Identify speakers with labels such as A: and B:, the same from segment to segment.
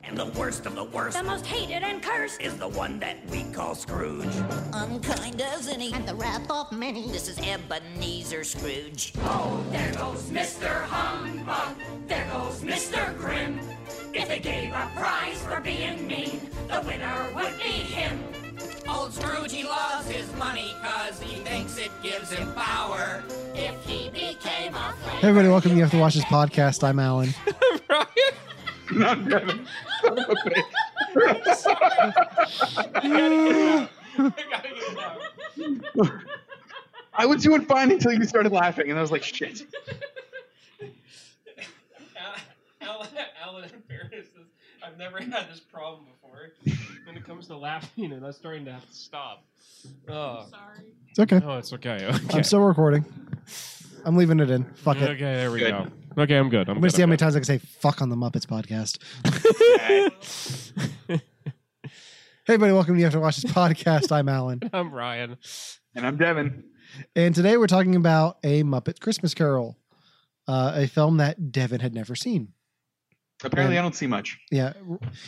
A: And the worst of the worst
B: The most hated and cursed.
A: is the one that we call Scrooge.
C: Unkind as any.
D: and the wrath of many.
C: e- This is Ebenezer Scrooge.
A: Oh, there goes Mr. Humbug. There goes Mr. Grimm. If they gave a prize for being mean, the winner would be him.
E: Old Scrooge, he loves his money cause he thinks it gives him power. If he became a
F: Hey everybody, welcome to the After Watches podcast. I'm Alan.
G: Not Brevin. Son of a bitch. I was doing fine until you started laughing, and I was like, shit.
H: Alan, Alan in fairness, is, I've never had this problem before. When it comes to laughing, and I'm starting to have to stop. Oh,
F: It's okay.
H: no, Oh, it's okay. Okay,
F: I'm still recording. I'm leaving it in. Fuck
H: okay
F: it.
H: there we
G: Good.
H: go. Okay, I'm good.
F: I'm
H: I'm,
F: gonna
H: good.
F: see how
H: I'm
F: many
H: good.
F: times I can say fuck on the Muppets podcast. Hey everybody, welcome to the After Watches podcast. I'm Alan.
H: I'm Ryan.
G: And I'm Devin.
F: And today we're talking about A Muppet Christmas Carol, uh, a film that Devin had never seen.
G: Apparently, I don't see much.
F: Yeah.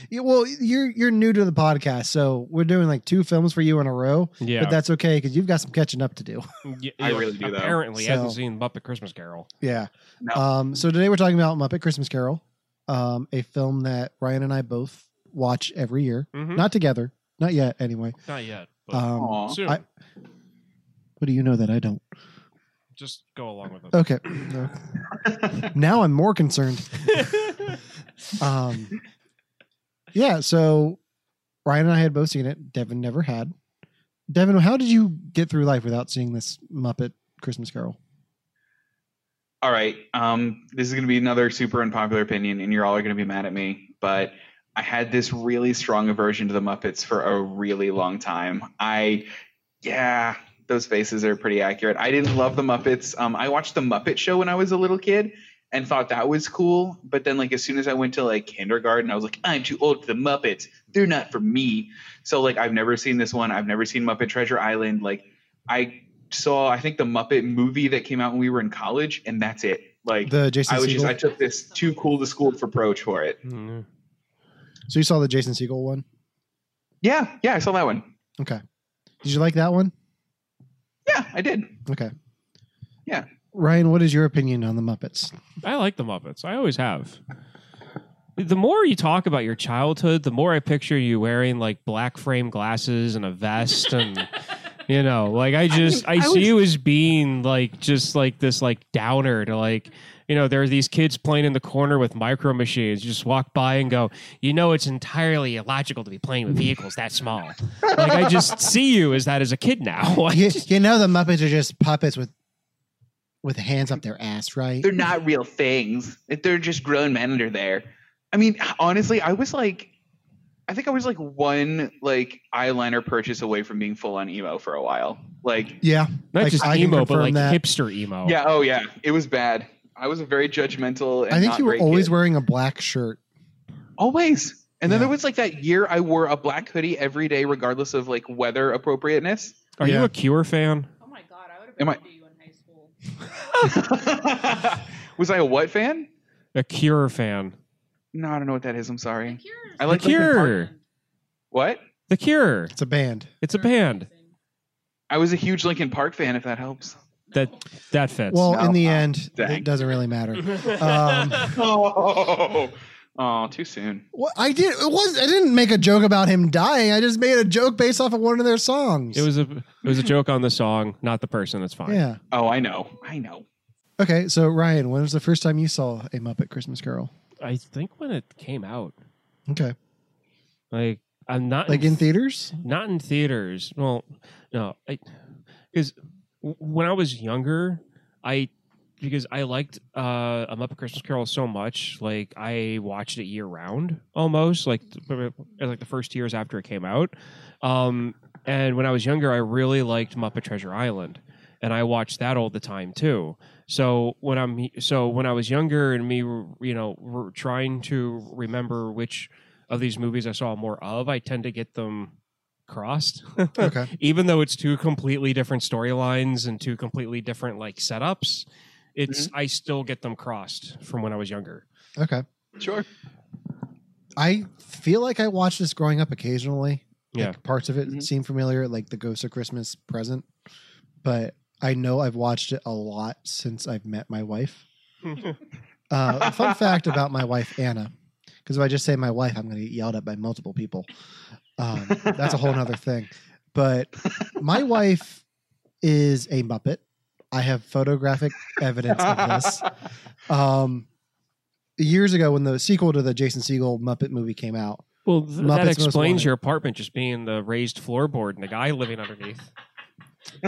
F: Yeah, Well, you're you're new to the podcast, so we're doing like two films for you in a row.
H: Yeah,
F: But that's okay because you've got some catching up to do.
H: yeah,
G: I really do, though.
H: Apparently,
F: So-
H: hasn't seen Muppet Christmas Carol.
F: Yeah.
G: No.
F: Um, so today we're talking about Muppet Christmas Carol, um, a film that Ryan and I both watch every year.
G: Hmm?
H: Mhm.
F: Not together, not yet. Anyway,
H: Not yet.
G: Oh.
H: But
F: um,
G: Aw.
H: soon.
F: I- what do you know that I don't?
H: Just go along with it.
F: Okay. No. now I'm more concerned. Um, yeah. So Ryan and I had both seen it. Devin never had. Devin, how did you get through life without seeing this Muppet Christmas Carol?
G: All right. Um, this is going to be another super unpopular opinion, and you're all going to be mad at me. But I had this really strong aversion to the Muppets for a really long time. I, yeah, those faces are pretty accurate. I didn't love the Muppets. Um, I watched the Muppet Show when I was a little kid and thought that was cool. But then, like, as soon as I went to like kindergarten, I was like, I'm too old for the Muppets. They're not for me. So, like, I've never seen this one. I've never seen Muppet Treasure Island. Like, I saw I think the Muppet movie that came out when we were in college, and that's it. Like
F: The Jason
G: I was
F: Segel.
G: just I took this too cool to school for approach for it.
H: Mm.
F: so you saw the Jason Segel one.
G: Yeah, yeah, I saw that one.
F: Okay. Did you like that one?
G: Yeah, I did.
F: Okay.
G: Yeah.
F: Ryan, what is your opinion on the Muppets?
H: I like the Muppets. I always have. The more you talk about your childhood, the more I picture you wearing like black frame glasses and a vest and you know, like I just I,
G: I
H: see you as being like just like this like downer to like you know, there are these kids playing in the corner with micro machines. You just walk by and go, you know, it's entirely illogical to be playing with vehicles that small. like I just see you as that as a kid now. I
F: You,
H: just-
F: you know the Muppets are just puppets with with hands up their ass, right?
G: They're not real things. They're just grown men under there. I mean, honestly, I was like I think I was like one like eyeliner purchase away from being full on emo for a while. Like
F: Yeah.
H: not
F: Like,
H: just
F: I can
H: emo, but
F: confirm
H: like
F: that.
H: hipster emo.
G: yeah, oh yeah. It was bad. I was a very judgmental and
F: I think
G: not
F: you were
G: great
F: always
G: kid.
F: wearing a black shirt.
G: Always. And
F: Yeah.
G: then there was like that year I wore a black hoodie every day, regardless of like weather appropriateness.
H: Are you
F: Yeah.
H: a Cure fan?
I: Oh my god, I would have
G: Am
I: been
G: I-
I: into you in high school.
G: was I a what fan?
H: A Cure fan.
G: No, I don't know what that is. I'm sorry.
I: Cure's
G: I like
H: The Cure.
I: Parkland.
G: What?
H: The Cure.
F: It's a band.
H: It's a
I: They're
H: band.
I: amazing.
G: I was a huge Linkin Park fan, if that helps.
H: That that fits.
F: Well, in
G: No.
F: the
G: Oh,
F: end, it
G: dang.
F: doesn't really matter. Um,
G: Oh, oh, too soon.
F: well, I did. It was. I didn't make a joke about him dying. I just made a joke based off of one of their songs.
H: it was a it was a joke on the song, not the person. It's fine.
F: Yeah.
G: Oh, I know. I know.
F: Okay. So Ryan, when was the first time you saw a Muppet Christmas Carol?
H: I think when it came out,
F: Okay.
H: like I'm not
F: Like in theaters?
H: not in theaters. Well, no, because when I was younger, I because I liked uh, a Muppet Christmas Carol so much, like I watched it year round almost, like th- like the first years after it came out. Um, and when I was younger, I really liked Muppet Treasure Island, and I watched that all the time too. So when I'm so when I was younger and me, you know, were trying to remember which of these movies I saw more of, I tend to get them crossed.
F: Okay.
H: Even though it's two completely different storylines and two completely different like setups, it's I still get them crossed from when I was younger.
F: Okay.
G: Sure.
F: I feel like I watched this growing up occasionally. Like
H: Yeah.
F: parts of it
G: Mhm.
F: seem familiar, like the Ghost of Christmas Present. But I know I've watched it a lot since I've met my wife. Uh, fun fact about my wife Anna, because if I just say my wife, I'm going to get yelled at by multiple people. Um, that's a whole nother thing. But my wife is a Muppet. I have photographic evidence of this. Um, years ago, when the sequel to the Jason Siegel Muppet movie came out,
H: Well, th-
F: Muppets
H: that
F: Most
H: explains
F: Wanted.
H: your apartment just being the raised floorboard and the guy living underneath.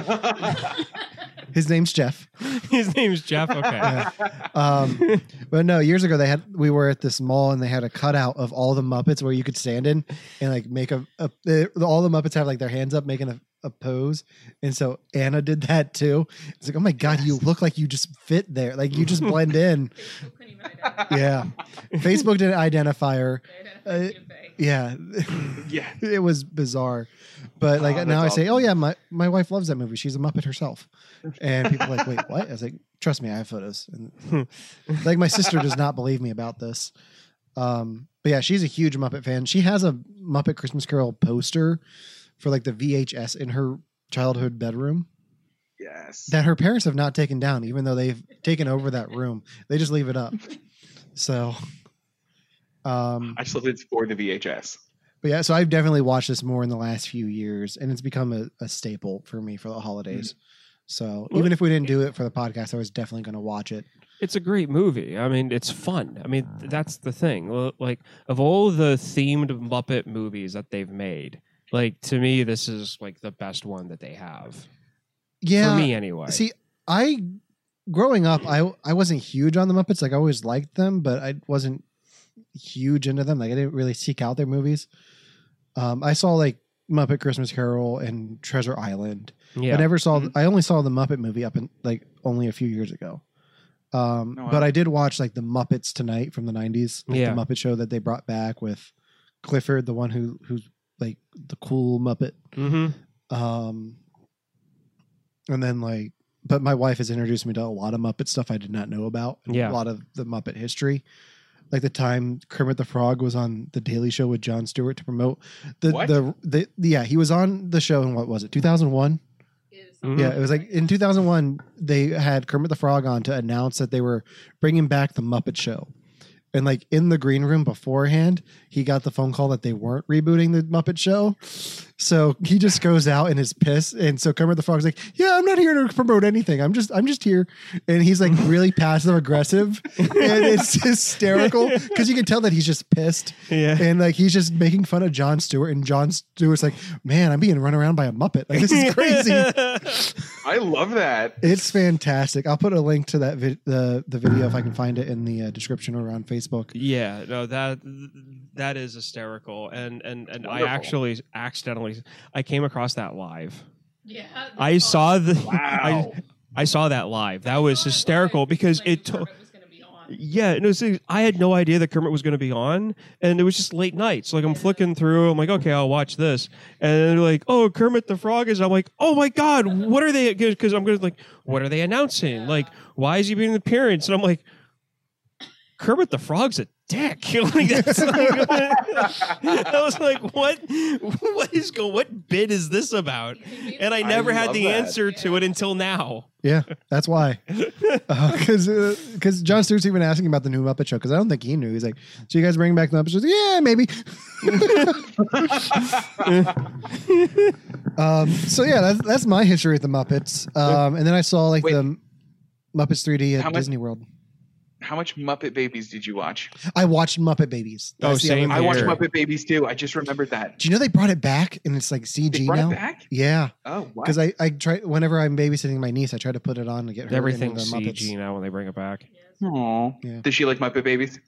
F: his name's Jeff.
H: His name's Jeff. Okay.
F: Yeah. Um, but no, years ago they had we were at this mall and they had a cutout of all the Muppets where you could stand in and like make a, a they- all the Muppets have like their hands up making a, a pose, and so Anna did that too. It's like, oh my god, you look like you just fit there, like you just blend in.
B: Facebook couldn't even identify.
F: Yeah, Facebook didn't identify her.
B: They identified
F: Uh,
B: you by-
F: Yeah,
G: yeah.
F: it was bizarre. But like
G: Oh,
F: now I
G: that's
F: say, oh yeah, my, my wife loves that movie. She's a Muppet herself. And people are like, wait, what? I was like, trust me, I have photos. And
G: Hmm.
F: like my sister does not believe me about this. Um, but yeah, she's a huge Muppet fan. She has a Muppet Christmas Carol poster for like the VHS in her childhood bedroom
G: Yes.
F: that her parents have not taken down, even though they've taken over that room. They just leave it up. So um
G: I just love it's for the VHS.
F: But yeah, so I've definitely watched this more in the last few years, and it's become a, a staple for me for the holidays. So
H: Mm. Well-
F: even if we didn't do it for the podcast, I was definitely going to watch it.
H: it's a great movie. I mean, it's fun. I mean, th- that's the thing. L- Like, of all the themed Muppet movies that they've made, like to me, this is like the best one that they have
F: Yeah,
H: for me, anyway.
F: see, I growing up, I I wasn't huge on the Muppets. Like I always liked them, but I wasn't huge into them. Like I didn't really seek out their movies. Um, I saw like Muppet Christmas Carol and Treasure Island,
H: yeah, Mm-hmm.
F: I never saw. I only saw the Muppet movie up in like only a few years ago. Um,
G: No, I-
F: but I did watch like the Muppets Tonight from the '90s, like
H: Yeah.
F: the Muppet Show that they brought back with Clifford, the one who who's like the cool Muppet.
H: hmm
F: Um, and then like, but my wife has introduced me to a lot of Muppet stuff I did not know about. and
H: Yeah.
F: a lot of the Muppet history. Like the time Kermit the Frog was on the Daily Show with Jon Stewart to promote the
G: What?
F: the the yeah he was on the show in what was it 2001
B: is-
H: Mhm.
F: yeah, it was like in 2001 they had Kermit the Frog on to announce that they were bringing back the Muppet Show, and like in the green room beforehand, he got the phone call that they weren't rebooting the Muppet Show, so he just goes out in his piss, and so Kermit the Frog's like, "Yeah, I'm not here to promote anything. I'm just I'm just here," and he's like really passive aggressive, and it's hysterical because you can tell that he's just pissed
H: yeah.
F: and like he's just making fun of John Stewart, and John Stewart's like, "Man, I'm being run around by a Muppet. Like this is crazy."
G: I love that.
F: It's fantastic. I'll put a link to that vid- the the video if I can find it in the uh, description or on Facebook.
H: Yeah, no that that is hysterical, and and and
G: Wonderful.
H: I actually accidentally I came across that live.
B: Yeah. that's
H: I saw
B: awesome.
H: the
G: Wow.
H: I, I saw that live. That
B: I
H: was
B: saw it live
H: hysterical because
B: I
H: it
B: knew
H: took.
B: Kermit was gonna be on.
H: Yeah, no, see, I had no idea that Kermit was going to be on, and it was just late night. So like, I'm flicking through. I'm like, okay, I'll watch this, and then they're like, oh, Kermit the Frog is. I'm like, oh my god, what are they? Because I'm going to like, what are they announcing? Like, why is he being an appearance? And I'm like, Kermit the Frog's a dick. Like, that's like- I was like, what? What is going? What bid is this about? And I
G: I
H: never had
G: love
H: the
G: that.
H: answer to it until now.
F: Yeah, that's why. Uh, Because because John Stewart's even asking about the new Muppet Show because I don't think he knew. He's like, "So you guys bringing back the Muppet Show?" He's like, Yeah, maybe. um, so yeah, that's that's my history with the Muppets. Um, and then I saw like
G: Wait.
F: the Muppets 3D at
G: How much-
F: Disney World.
G: How much Muppet Babies did you watch?
F: I watched Muppet Babies.
H: Oh,
F: the other
H: same
F: thing.
G: I watched
H: Here.
G: Muppet Babies too. I just remembered that.
F: Do you know they brought it back and it's like CG
G: They brought
F: now?
G: it back?
F: Yeah.
G: Oh, wow.
F: because I, I try whenever I'm babysitting my niece, I try to put it on to get her
H: Everything's
F: into the Muppets.
H: CG now when they bring it back.
G: Aw.
F: Yeah.
G: Does she like Muppet Babies?
F: Eh.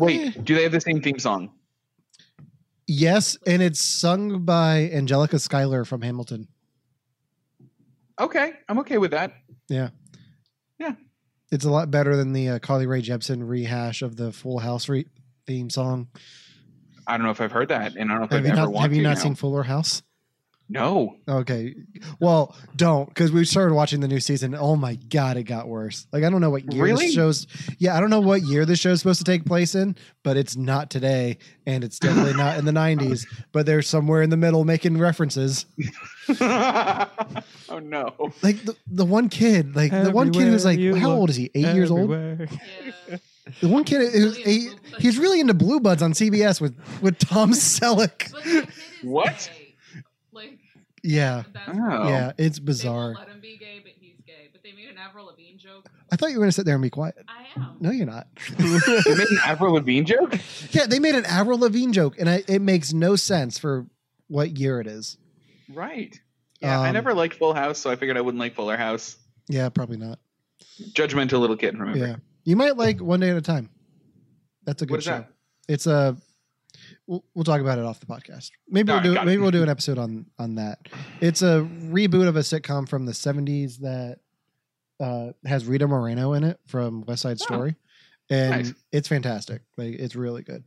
G: Wait, do they have the same theme song?
F: Yes, and it's sung by Angelica Schuyler from Hamilton.
G: Okay, I'm okay with that.
F: It's a lot better than the uh, Carly Rae Jepsen rehash of the Full House re- theme song.
G: I don't know if I've heard that, and I don't know if
F: Have
G: I've
F: you
G: ever
F: not
G: wanted
F: Have you
G: to
F: not
G: now.
F: seen Fuller House?
G: No.
F: Okay. Well, don't because we started watching the new season. Oh my god, it got worse. Like I don't know what year
G: Really?
F: this show's. Yeah, I don't know what year this show's supposed to take place in, but it's not today, and it's definitely not in the '90s. But they're somewhere in the middle making references.
G: oh no.
F: Like the, the one kid, like the one kid who's like,
H: Everywhere you
F: how
H: look,
F: old is he? Eight years old.
B: Yeah.
F: The one kid who's
B: Really
F: eight.
B: into Blue Bloods.
F: He's really into Blue Buds on CBS with with Tom Selleck.
B: But the kid is
G: What?
B: Gay. Like
F: Yeah,
B: that's
G: Oh.
F: yeah, it's
B: They
F: bizarre.
B: won't let him be gay, but he's gay. But they made an Avril Lavigne joke.
F: I thought you were gonna sit there and be quiet.
B: I am.
F: No, you're not.
G: They made an Avril Lavigne joke?
F: Yeah, they made an Avril Lavigne joke, and I, it makes no sense for what year it is.
G: Right. Yeah, I
F: Um,
G: never liked Full House, so I figured I wouldn't like Fuller House.
F: Yeah, probably not.
G: Judgmental little kid, remember?
F: Yeah, you might like One Day at a Time. That's a good
G: what is
F: show.
G: that?
F: It's a. We'll, we'll talk about it off the podcast. Maybe
G: All
F: we'll
G: right,
F: do
G: got it.
F: maybe we'll do an episode on on that. It's a reboot of a sitcom from the '70s that uh, has Rita Moreno in it from West Side
G: Oh.
F: Story, and
G: Nice.
F: it's fantastic. Like it's really good.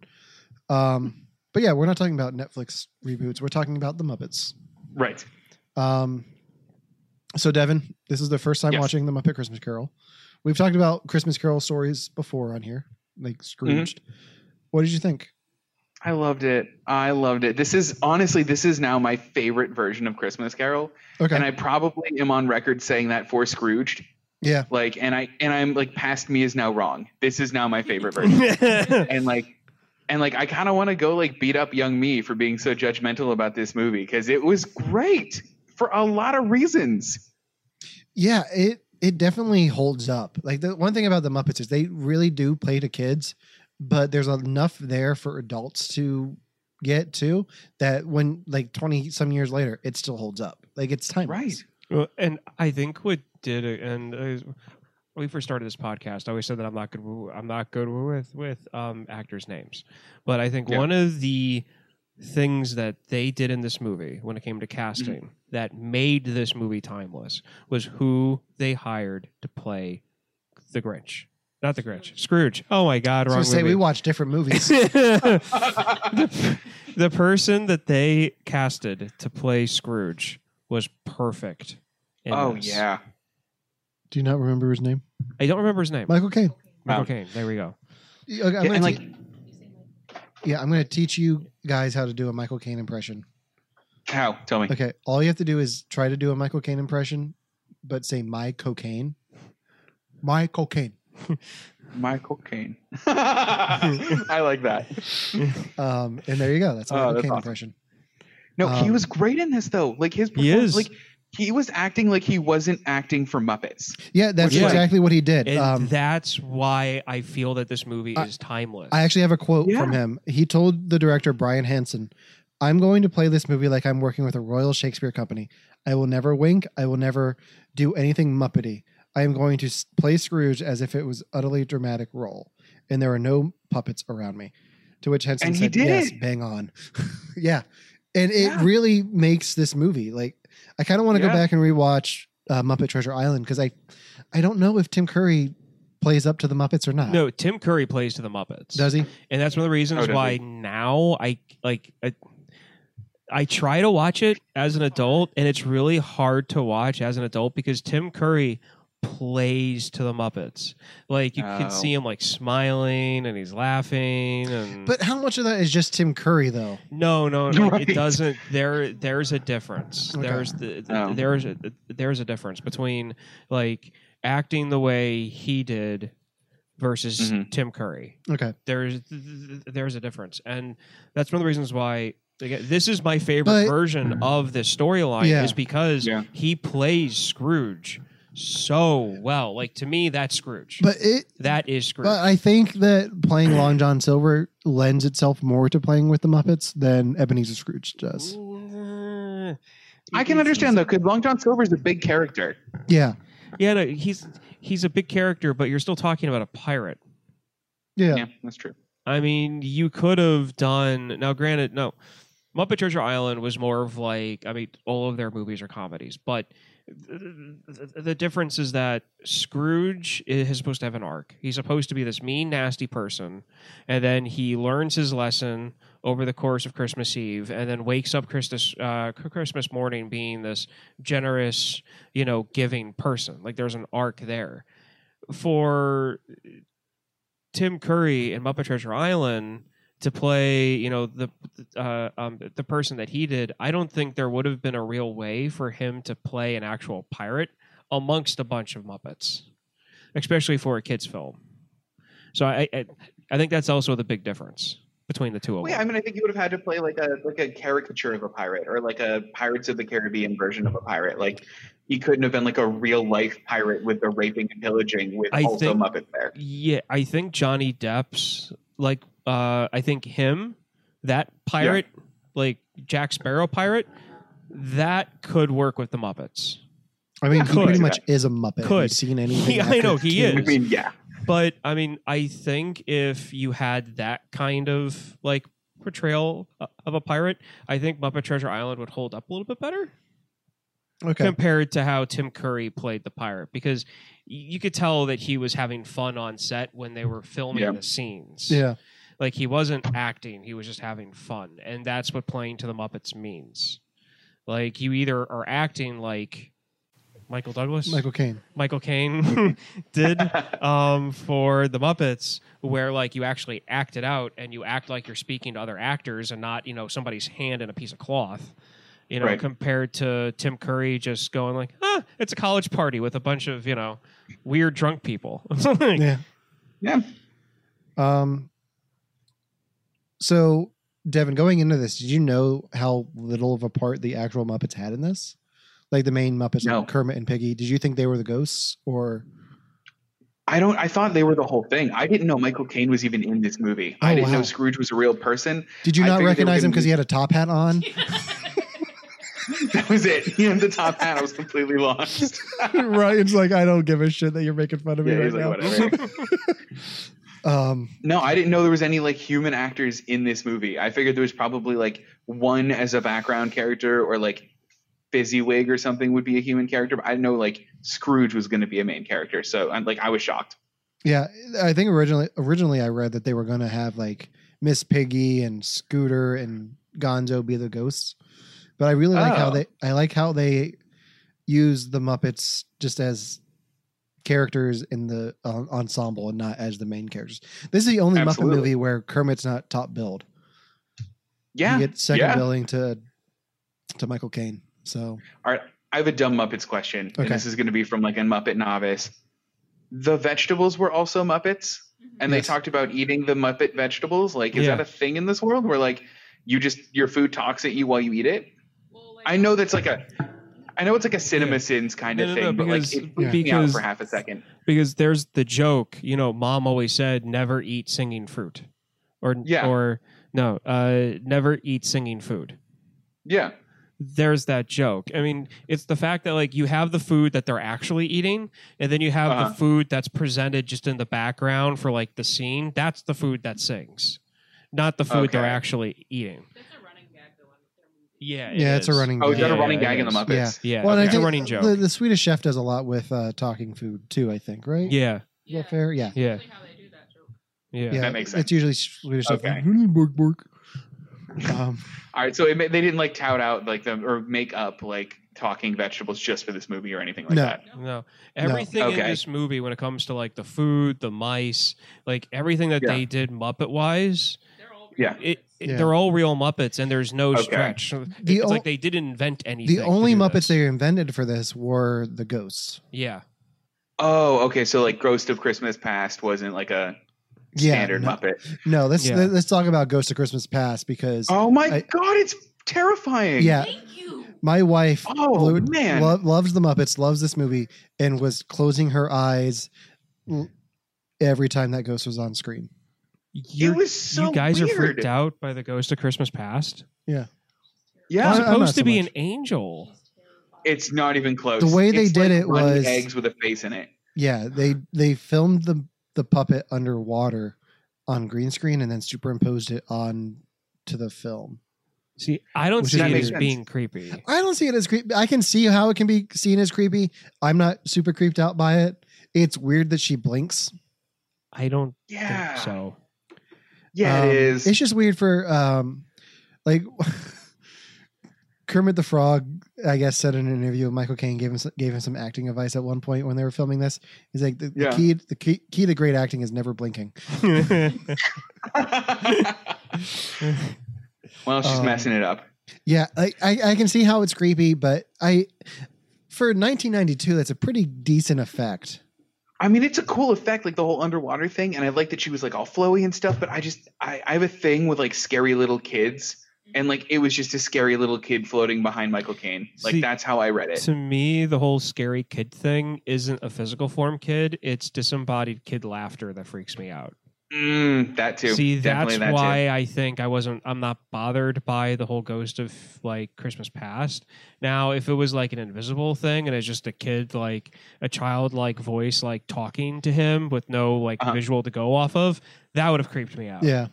F: Um, but yeah, we're not talking about Netflix reboots. We're talking about the Muppets.
G: Right.
F: Um, so Devin, this is the first time
G: Yes.
F: watching the Muppet Christmas Carol. We've talked about Christmas Carol stories before on here,
G: Mm-hmm.
F: like Scrooged. What did you think?
G: I loved it. I loved it. This is honestly, this is now my favorite version of Christmas Carol.
F: Okay,
G: And I probably am on record saying that for Scrooged.
F: yeah,
G: Like and I and I'm like past me is now wrong. This is now my favorite version. and like and like I kind of want to go like beat up young me for being so judgmental about this movie because it was great for a lot of reasons.
F: yeah. It it definitely holds up. Like the one thing about the Muppets is they really do play to kids, but there's enough there for adults to get to that when like 20 some years later it still holds up like it's time
G: Right.
H: Well, and I think what did it, and uh, when we first started this podcast, I always said that I'm not good. w- I'm not good with with um, actors' names, but I think
G: Yeah.
H: one of the things that they did in this movie when it came to casting that made this movie timeless was who they hired to play the Grinch, not the Grinch, Scrooge. Oh my God,
F: so
H: wrong
F: say we
H: movie.
F: watch different movies
H: the, the person that they casted to play Scrooge was perfect. in
G: Oh
H: this.
G: yeah.
F: do you not remember his name
H: I don't remember his name.
F: michael caine
H: Michael
G: Um,
H: Caine. There we go.
F: Yeah, okay, I'm
G: yeah
F: gonna
G: and
F: te-
G: like
F: Yeah, I'm going to teach you guys how to do a Michael Caine impression.
G: how? Tell me.
F: Okay, all you have to do is try to do a Michael Caine impression, but say my cocaine. My cocaine.
G: Michael Caine. I like that.
F: Um, and there you go. That's a
G: Oh,
F: Michael
G: that's
F: Caine
G: awesome.
F: impression.
G: No, he
F: Um,
G: was great in this though. Like his
H: He
G: performance,
H: is.
G: like he was acting like he wasn't acting for Muppets.
F: Yeah, that's
H: Which is like-
F: exactly what he did.
H: And
F: Um,
H: that's why I feel that this movie is timeless.
F: I actually have a quote
G: Yeah.
F: from him. He told the director Brian Hansen, "I'm going to play this movie like I'm working with a Royal Shakespeare Company. I will never wink. I will never do anything muppety. I am going to s- play Scrooge as if it was utterly dramatic role, and there are no puppets around me." To which Henson
G: And he
F: said,
G: did
F: "Yes,
G: it.
F: bang on, yeah." And it
G: Yeah.
F: really makes this movie like I kind of want to
G: Yeah.
F: go back and rewatch uh, Muppet Treasure Island because I, I don't know if Tim Curry plays up to the Muppets or not.
H: no, Tim Curry plays to the Muppets.
F: does he?
H: and that's one of the
G: Oh,
H: reasons
G: does he?
H: why now I like I, I try to watch it as an adult and it's really hard to watch as an adult because Tim Curry plays to the Muppets. Like you
G: Oh.
H: can see him like smiling and he's laughing and
F: But how much of that is just Tim Curry though?
H: No, no, no
G: Right.
H: it doesn't. There, there's a difference.
F: Okay.
H: There's the,
G: Oh.
H: there's a, there's a difference between like acting the way he did versus
G: Mhm.
H: Tim Curry.
F: Okay.
H: There's there's a difference, and that's one of the reasons why. again, This is my favorite
F: But-
H: version of this storyline
F: Yeah.
H: is because
G: Yeah.
H: he plays Scrooge so well. Like to me, that's Scrooge.
F: But it
H: that is Scrooge.
F: but I think that playing Long John Silver lends itself more to playing with the Muppets than Ebenezer Scrooge does.
H: Mm,
G: I can
H: it's-
G: understand
H: it's-
G: though, because Long John Silver's a big character.
F: Yeah.
H: Yeah, no, he's he's a big character, but you're still talking about a pirate.
F: Yeah.
G: yeah that's true.
H: I mean, you could have done now. Granted, no, Muppet Treasure Island was more of like I mean, all of their movies are comedies, but the, the, the difference is that Scrooge is supposed to have an arc. He's supposed to be this mean, nasty person, and then he learns his lesson over the course of Christmas Eve, and then wakes up Christmas uh, Ch- Christmas morning being this generous, you know, giving person. Like there's an arc there. For Tim Curry in Muppet Treasure Island to play, you know, the uh, um, the person that he did, I don't think there would have been a real way for him to play an actual pirate amongst a bunch of Muppets, especially for a kids' film. So I I, I think that's also the big difference between the two of
G: Well, yeah, I
H: them.
G: mean, I think you would have had to play like a like a caricature of a pirate, or like a Pirates of the Caribbean version of a pirate. Like, he couldn't have been like a real life pirate with the raping and pillaging with
H: I
G: also
H: think-
G: Muppet there.
H: Yeah, I think Johnny Depp's like uh, I think him that pirate like Jack Sparrow pirate that could work with the Muppets.
F: I mean, he
H: Could.
F: pretty much is a Muppet. Have you
H: Could.
F: seen anything?
H: Yeah, I
F: after
H: know, he
G: I
H: is.
G: mean, yeah,
H: but I mean, I think if you had that kind of like portrayal o- of a pirate, I think Muppet Treasure Island would hold up a little bit better
F: Okay.
H: compared to how Tim Curry played the pirate because y- you could tell that he was having fun on set when they were filming
G: Yeah.
H: the scenes.
F: Yeah.
H: Like he wasn't acting, he was just having fun. And that's what playing to the Muppets means. Like you either are acting like Michael Douglas.
F: Michael Caine.
H: Michael Caine did um, for the Muppets, where like you actually act it out and you act like you're speaking to other actors and not you know somebody's hand in a piece of cloth. You know,
G: Right.
H: compared to Tim Curry just going like, "Ah, it's a college party with a bunch of you know weird drunk people." Like,
F: Yeah.
G: yeah.
F: Um. So, Devin, going into this, did you know how little of a part the actual Muppets had in this? Like the main Muppets,
G: No.
F: like Kermit and Piggy. Did you think they were the ghosts, or
G: I don't. I thought they were the whole thing. I didn't know Michael Caine was even in this movie.
F: Oh,
G: I didn't
F: wow.
G: know Scrooge was a real person.
F: did you
G: I
F: not
G: figured they were
F: recognize him
G: gonna
F: because he had a top hat on?
G: That was it. He had the top hat. I was completely lost.
F: Ryan's like, I don't give a shit that you're making fun of me
G: yeah,
F: right
G: he's like,
F: now.
G: whatever.
F: Um.
G: No, I didn't know there was any like human actors in this movie. I figured there was probably like one as a background character or like Fizzywig or something would be a human character. But I didn't know like Scrooge was going to be a main character. So I'm like, I was shocked.
F: Yeah, I think originally originally I read that they were going to have like Miss Piggy and Scooter and Gonzo be the ghosts, but I really like how
G: Oh.
F: they I like how they use the Muppets just as characters in the uh, ensemble and not as the main characters. This is the only Muppet
G: Absolutely.
F: movie where Kermit's not top billed.
G: Yeah.
F: you get second
G: yeah.
F: billing to to Michael Caine. So
G: I have a dumb Muppets question.
F: Okay.
G: And this is going to be from like a Muppet novice. The vegetables were also Muppets.
F: Yes.
G: And they talked about eating the Muppet vegetables. Like, is
H: Yeah.
G: that a thing in this world where like you just, your food talks at you while you eat it?
B: Well, like,
G: I know that's like a, I know it's like a CinemaSins kind
H: No,
G: of
H: no,
G: thing,
H: no,
G: but like
H: because-
G: it freaked me out
H: because-
G: for half a second.
H: because there's the joke, you know, mom always said, "Never eat singing fruit," or
G: Yeah.
H: or no, uh, never eat singing food.
G: Yeah,
H: there's that joke. I mean, it's the fact that like you have the food that they're actually eating, and then you have
G: Uh-huh.
H: the food that's presented just in the background for like the scene. That's the food that sings, not the food they're
G: Okay.
H: actually eating.
B: That's a running gag, though, on their movie.
H: Yeah,
F: yeah, it's a running.
G: Oh, is that
H: Yeah,
G: a running
H: yeah,
G: gag in the
H: it is.
G: Muppets?
H: Yeah,
F: Well, and I
H: it's
F: think
H: a running joke.
F: The, the Swedish Chef does a lot with uh, talking food too. I think right.
H: yeah,
F: Is that fair? Yeah.
H: yeah,
B: Usually how they do that joke.
H: yeah.
F: yeah,
G: That makes
F: It's usually Swedish stuff.
G: Okay.
F: Bork, bork. Um,
G: All right, so it, ma- they didn't like tout out like them or make up like talking vegetables just for this movie or anything like
F: No.
G: that.
H: No, everything in
G: Okay.
H: this movie, when it comes to like the food, the mice, like everything that
G: Yeah.
H: they did Muppet wise,
B: They're all
G: Yeah.
H: it, it-
F: Yeah.
H: they're all real Muppets, and there's no
G: Okay.
H: stretch. So it-
F: The
H: it's
F: o-
H: like they didn't invent anything.
F: the
H: to
F: only
H: do
F: Muppets
H: this.
F: they invented for this were the ghosts.
H: yeah,
G: Oh, okay, so like Ghost of Christmas Past wasn't like a standard
F: yeah, no,
G: Muppet.
F: No, let's
H: Yeah.
F: let's talk about Ghost of Christmas Past because
G: Oh my
F: I-
G: god, it's terrifying.
F: yeah,
B: Thank you.
F: my wife
G: Oh
F: lo-
G: man.
F: lo- loves the Muppets, loves this movie, and was closing her eyes l- every time that ghost was on screen.
G: it
H: You're-
G: was so
H: you guys
G: weird.
H: are freaked out by the ghost of Christmas past.
G: Yeah.
H: it's
F: I'm- I'm not
H: supposed
F: so
H: to be
F: much.
H: an angel.
G: It's not even close.
F: The way they
G: It's
F: did
G: like
F: it
G: runny
F: was-
G: eggs with a face in it.
F: Yeah,
G: Uh-huh.
F: they they filmed the the puppet underwater on green screen and then superimposed it on to the film.
H: See, I don't
F: Which
H: see
G: is-
H: it
G: That
H: as
G: makes sense.
H: being creepy.
F: I don't see it as creepy. I can see how it can be seen as creepy. I'm not super creeped out by it. It's weird that she blinks.
H: I don't
G: Yeah.
H: think so.
G: Yeah,
F: Um,
G: it is.
F: It's just weird for um, like Kermit the Frog. I guess said in an interview, Michael Caine gave him s- gave him some acting advice at one point when they were filming this. He's like, the, the
G: Yeah.
F: key the key, key to great acting is never blinking.
G: well, she's
F: Um,
G: messing it up.
F: Yeah, I, I I can see how it's creepy, but I for 1992, that's a pretty decent effect.
G: I mean, it's a cool effect, like the whole underwater thing, and I like that she was like all flowy and stuff. But I just, I, I have a thing with like scary little kids, and like it was just a scary little kid floating behind Michael Caine. Like
H: See-
G: that's how I read it.
H: to me, the whole scary kid thing isn't a physical form kid. It's disembodied kid laughter that freaks me out.
G: Mm, that too.
H: See, that's
G: Definitely that
H: why I think I wasn't. I'm not bothered by the whole ghost of like Christmas past. Now, if it was like an invisible thing and it's just a kid, like a childlike voice, like talking to him with no like
G: Uh-huh.
H: visual to go off of, that would have creeped me out.
F: Yeah.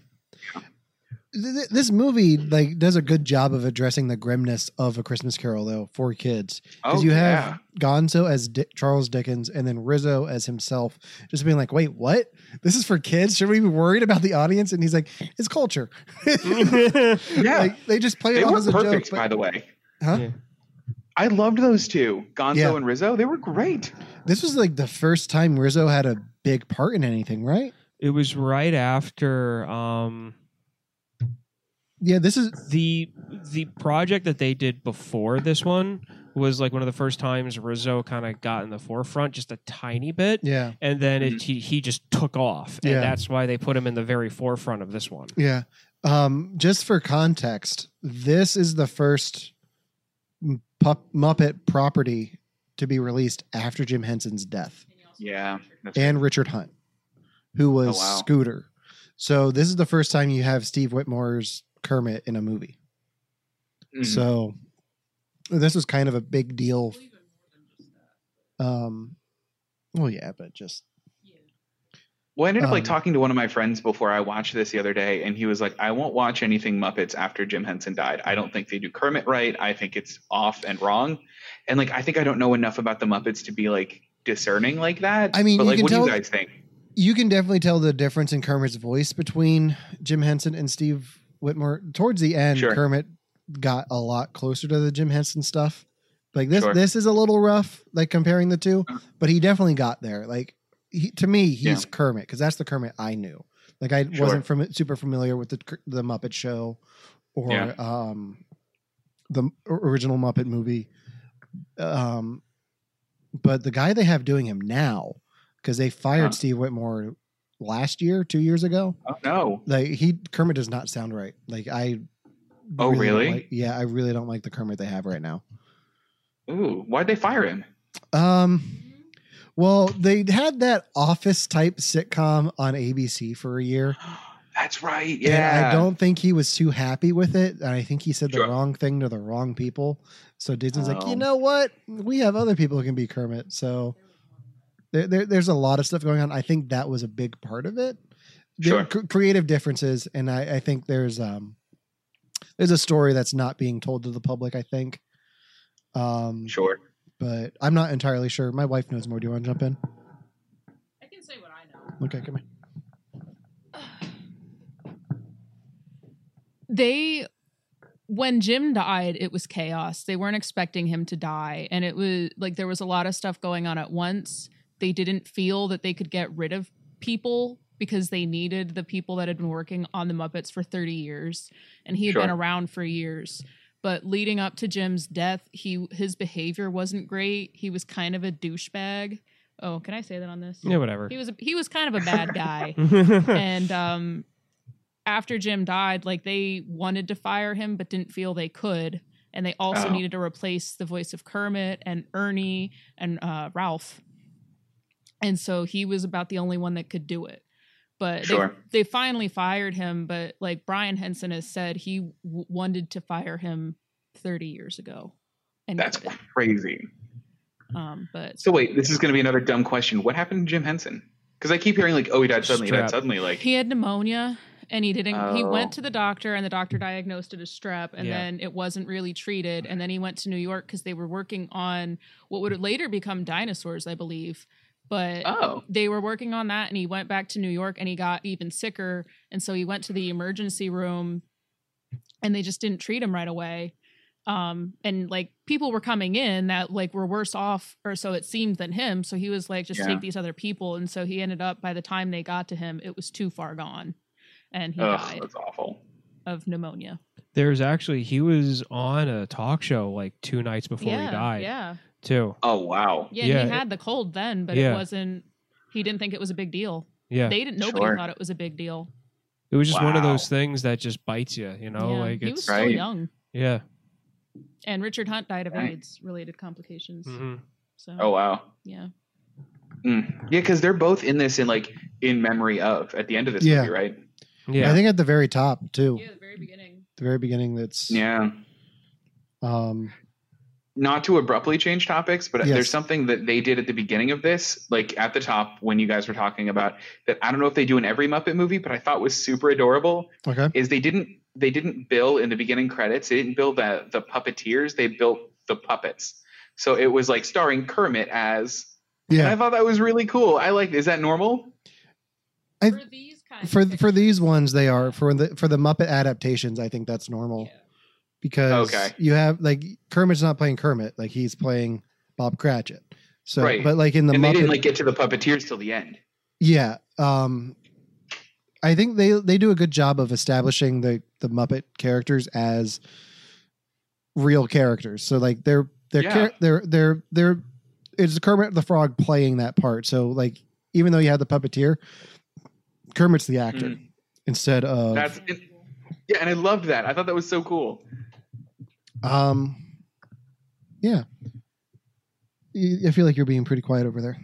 F: Th- th- This movie like does a good job of addressing the grimness of a Christmas Carol though for kids.
G: too.
F: Because
G: Oh,
F: you
G: yeah.
F: have Gonzo as Di- Charles Dickens and then Rizzo as himself, just being like, wait, what? This is for kids? Should we be worried about the audience? And he's like, it's culture.
G: Yeah.
F: Like, they just play it
G: They
F: off
G: were
F: as a
G: perfect,
F: joke.
G: by
F: But
G: the way.
F: Huh?
H: Yeah.
G: I loved those two, Gonzo
F: Yeah.
G: and Rizzo. They were great.
F: this was like the first time Rizzo had a big part in anything, right?
H: It was right after um
F: Yeah, this is
H: the the project that they did before this one was like one of the first times Rizzo kind of got in the forefront just a tiny bit.
F: yeah.
H: and then it, he, he just took off and
F: Yeah.
H: that's why they put him in the very forefront of this one
F: Yeah. Um, just for context, this is the first m- pup, Muppet property to be released after Jim Henson's death
B: And you also
G: Yeah. That's
F: and Richard Hunt, who was
G: wow.
F: Scooter. So this is the first time you have Steve Whitmore's Kermit in a movie. Mm.
G: Mhm.
F: So this was kind of a big deal.
B: Well, even more than just that.
F: Um, well, yeah, but just
B: Yeah.
G: Well, I ended up like
F: Um,
G: talking to one of my friends before I watched this the other day, and he was like, "I won't watch anything Muppets after Jim Henson died. I don't think they do Kermit right. I think it's off and wrong, and like I think I don't know enough about the Muppets to be like discerning like that.
F: I mean,
G: but
F: you
G: like,
F: can
G: what do you
F: tell-
G: guys think?
F: you can definitely tell the difference in Kermit's voice between Jim Henson and Steve Whitmore. Towards the end,
G: Sure.
F: Kermit got a lot closer to the Jim Henson stuff. Like this,
G: Sure. Uh-huh.
F: this is a little rough, like comparing the two, but he definitely got there. Like he, to me, he's
G: Yeah.
F: Kermit because that's the Kermit I knew. Like I
G: Sure.
F: wasn't from super familiar with the Ker- the Muppet Show or
G: Yeah.
F: um the m- original Muppet movie. Um, but the guy they have doing him now, because they fired
G: Huh.
F: Steve Whitmore last year, two years ago.
G: Oh no,
F: Like he Kermit does not sound right. Like I.
G: Oh,
F: don't
G: really?
F: like- yeah, I really don't like the Kermit they have right now.
G: ooh, why'd they fire him?
F: Um, well, they had that office type sitcom on ABC for a year.
G: That's right.
F: and
G: Yeah,
F: I don't think he was too happy with it. And I think he said the
G: Sure.
F: wrong thing to the wrong people. So Disney's like,
G: Oh.
F: you know what? We have other people who can be Kermit. So there, there, there's a lot of stuff going on. I think that was a big part of it. There
G: Sure.
F: are cr- creative differences. And I, I think there's um there's a story that's not being told to the public, I think. Um
G: sure.
F: but I'm not entirely sure. My wife knows more. Do you want to jump in?
B: I can say what I know.
F: Okay, come here.
D: they when Jim died, it was chaos. They weren't expecting him to die. And it was like there was a lot of stuff going on at once. They didn't feel that they could get rid of people because they needed the people that had been working on the Muppets for 30 years. And he had been
G: Sure.
D: around for years. But leading up to Jim's death, he his behavior wasn't great. He was kind of a douchebag. Oh, can I say that on this?
H: yeah whatever
D: He was a, he was kind of a bad guy and um after Jim died, like they wanted to fire him but didn't feel they could. And they also
G: Oh.
D: needed to replace the voice of Kermit and Ernie and uh, Ralph. And so he was about the only one that could do it. But they-
G: Sure.
D: they, finally fired him. But like Brian Henson has said, he w- wanted to fire him 30 years ago. And
G: That's
D: couldn't.
G: crazy.
D: um, but
G: So wait, this is going to be another dumb question. What happened to Jim Henson? Because I keep hearing like, oh, he died suddenly. He died
H: Strep.
G: suddenly. Like,
D: he had pneumonia and he didn't he
G: Oh.
D: went to the doctor and the doctor diagnosed it as strep and
H: Yeah.
D: then it wasn't really treated and then he went to new york because they were working on what would later become dinosaurs i believe but
G: Oh,
D: they were working on that and he went back to New York and he got even sicker and so he went to the emergency room and they just didn't treat him right away um and like people were coming in that like were worse off or so it seemed than him so he was like just
G: Yeah.
D: take these other people and so he ended up by the time they got to him it was too far gone and he
G: ugh,
D: died
G: that's awful.
D: of pneumonia
H: There's actually he was on a talk show like two nights before
D: yeah
H: he died
D: yeah
H: too.
G: Oh wow.
D: yeah,
H: Yeah,
D: he
H: it-
D: had the cold then but
H: Yeah.
D: it wasn't he didn't think it was a big deal
H: Yeah,
D: they didn't nobody
G: Sure.
D: thought it was a big deal
H: it was just one of
G: Wow.
H: those things that just bites you. You know,
D: yeah.
H: like
D: he
H: it's
D: was so
G: Right.
D: young
H: yeah.
D: And Richard Hunt died of
G: Right.
D: AIDS related complications.
H: Mm-hmm.
D: So
G: Oh wow.
D: yeah.
G: Mm. Yeah, because they're both in this in like in memory of at the end of this
F: Yeah.
G: movie, right?
H: Yeah,
F: I think at the very top too,
D: the very beginning.
F: the very beginning. That's
G: Yeah.
F: um,
G: Not to abruptly change topics, but
F: Yes.
G: there's something that they did at the beginning of this, like at the top when you guys were talking about that. I don't know if they do in every Muppet movie, but I thought was super adorable.
F: okay.
G: is they didn't they didn't bill in the beginning credits. They didn't bill the the puppeteers. They built the puppets. So it was like starring Kermit as. And I
F: Yeah,
G: thought that was really cool. I like. Is that normal?
F: I-
D: for these kinds
F: for
D: of
F: for these
D: pictures.
F: ones they are for the for the Muppet adaptations. I think that's normal
D: Yeah.
F: because
G: Okay.
F: you have like Kermit's not playing Kermit, like he's playing Bob Cratchit. So,
G: Right.
F: but like in the
G: and they
F: Muppet,
G: didn't like get to the puppeteers till the end.
F: yeah, um, I think they they do a good job of establishing the the Muppet characters as real characters. So like they're they're
G: Yeah.
F: char- they're they're they're it's Kermit the Frog playing that part. So like even though you had the puppeteer, Kermit's the actor
H: Hmm.
F: instead of
G: That's yeah, and I loved that. I thought that was so cool.
F: Um, yeah. Y- I feel like you're being pretty quiet over there.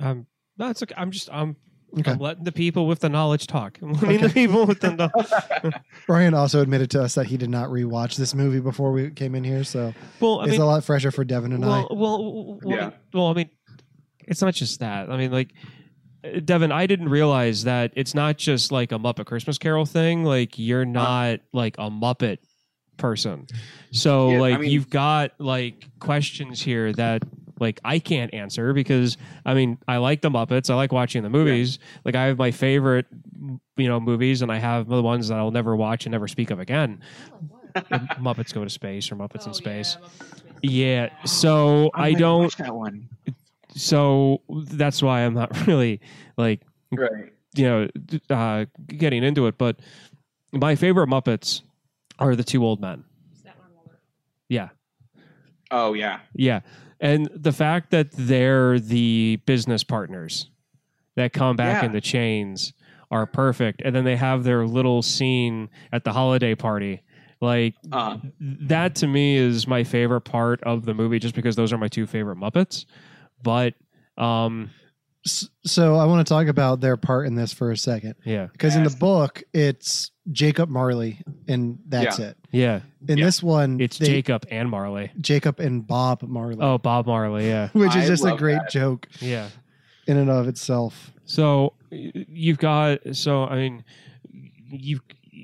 H: Um, no, it's okay. I'm just I'm,
F: Okay.
H: I'm letting the people with the knowledge talk. I'm letting the people with the know-
F: Ryan also admitted to us that he did not rewatch this movie before we came in here, so
H: well, I
F: it's
H: mean,
F: a lot fresher for Devin and
H: well, well, well, well,
G: Yeah.
H: well, I mean, it's not just that. I mean, like, uh, Devin, I didn't realize that it's not just like a Muppet Christmas Carol thing. Like, you're not like a Muppet person, so
G: Yeah, I
H: like
G: mean-
H: you've got like questions here that like I can't answer because I mean I like the Muppets, I like watching the movies. Like I have my favorite you know movies, and I have the ones that I'll never watch and never speak of again. Muppets go to space or Muppets
B: Oh,
D: Oh,
H: in space. Yeah, so I
G: gonna
H: don't.
G: watch that one.
H: So that's why I'm not really like
G: Right.
H: you know d- uh, getting into it. But my favorite Muppets are the two old men. Yeah,
G: Oh yeah.
H: yeah, and the fact that they're the business partners that come back
G: Yeah.
H: in the chains are perfect, and then they have their little scene at the holiday party. Like
G: Uh,
H: that to me is my favorite part of the movie, just because those are my two favorite Muppets. But um,
F: S- So I want to talk about their part in this for a second,
H: yeah,
F: because in the
G: Yes.
F: book it's Jacob Marley, and that's it.
H: yeah,
F: In
G: Yeah.
F: this one,
H: it's
F: they-
H: Jacob and Marley.
F: Jacob and Bob Marley,
H: Oh, Bob Marley. Yeah,
F: which is
G: I
F: just a
G: love
F: great
G: that.
F: joke
H: yeah.
F: in and of itself.
H: So y- you've got so I mean you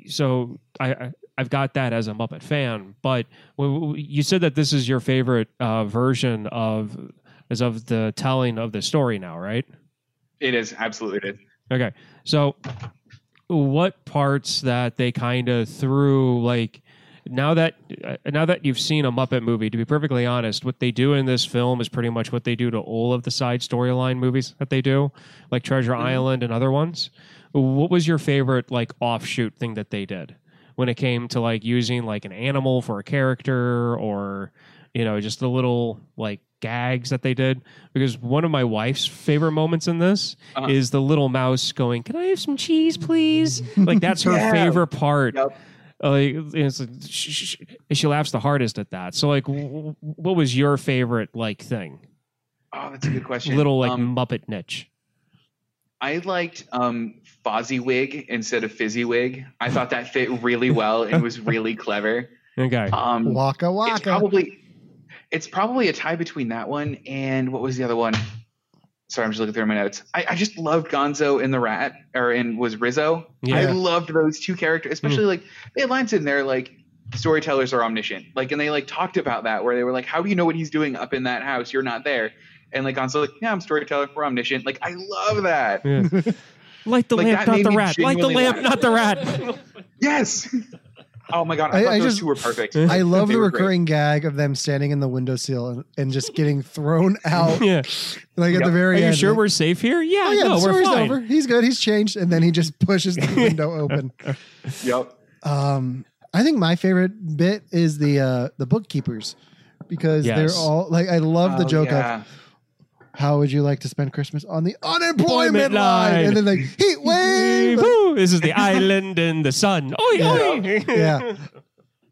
H: so I, I I've got that as a Muppet fan, but w- w- you said that this is your favorite uh, version of as of the telling of the story now, right?
G: it is absolutely it is.
H: Okay. So what parts that they kind of threw like now that uh, now that you've seen a Muppet movie, to be perfectly honest, what they do in this film is pretty much what they do to all of the side storyline movies that they do, like Treasure Island and other ones. What was your favorite like offshoot thing that they did when it came to like using like an animal for a character or you know just the little like gags that they did? Because one of my wife's favorite moments in this
G: Uh-huh.
H: is the little mouse going, "Can I have some cheese, please?" Like that's her
G: Yeah.
H: favorite part.
G: Yep.
H: Uh, Like, it's like sh- sh- sh- she laughs the hardest at that. So, like, w- w- what was your favorite like thing?
G: Oh, that's a good question.
H: Little like
G: Um,
H: Muppet niche.
G: I liked um, Fozzywig instead of Fizzywig. I thought that fit really well and was really clever.
H: Okay,
G: Um,
F: Waka
G: It's
F: waka.
G: probably it's probably a tie between that one and what was the other one? Sorry, I'm just looking through my notes. I, I just loved Gonzo in the Rat, or in was Rizzo. I
H: Yeah.
G: loved those two characters,
F: Mm.
G: especially like they had lines in there like storytellers are omniscient, like, and they like talked about that where they were like, "How do you know what he's doing up in that house? You're not there." and like Gonzo's like, yeah, I'm storyteller, we're omniscient. Like I love that.
H: Light the
G: Like,
H: lamp,
G: that
H: not
G: made
H: the
G: me
H: rat. Light the
G: genuinely
H: lamp,
G: laugh.
H: not the rat.
G: Yes. Oh my god, I,
F: I-
G: thought
F: I
G: those
F: just-
G: two were perfect.
F: I love
G: They
F: the
G: were great.
F: recurring gag of them standing in the window seal and, and just getting thrown out,
H: yeah.
F: like at
G: Yep.
F: the
H: Are
F: very
H: you
F: end.
H: sure
F: like,
H: we're safe here? Yeah,
F: Oh yeah,
H: no,
F: the
H: we're
F: story's
H: fine.
F: over. He's good. He's changed, and then he just pushes the window open.
G: Yep.
F: Um, I think my favorite bit is the uh, the bookkeepers because
H: Yes.
F: they're all like, I love the
G: Oh,
F: joke of
G: yeah.
F: how would you like to spend Christmas on the
H: Employment
F: unemployment line?
H: line.
F: and then like heat wave.
H: Woo, this is the island in the sun. Oi, oi.
F: yeah.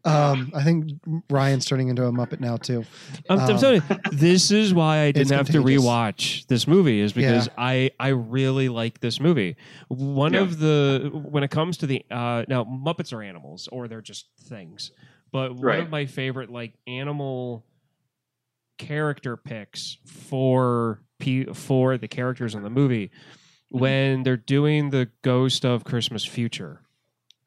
F: Um, I think Ryan's turning into a Muppet now too.
H: I'm, I'm
F: Um,
H: telling you, this is why I didn't
F: it's
H: have
F: contagious.
H: to rewatch this movie is because
F: Yeah.
H: I I really like this movie. One
G: Yeah.
H: of the when it comes to the uh, now Muppets are animals or they're just things, but one
G: Right.
H: of my favorite like animal character picks for pe- for the characters in the movie
G: Mm-hmm.
H: when they're doing the Ghost of Christmas Future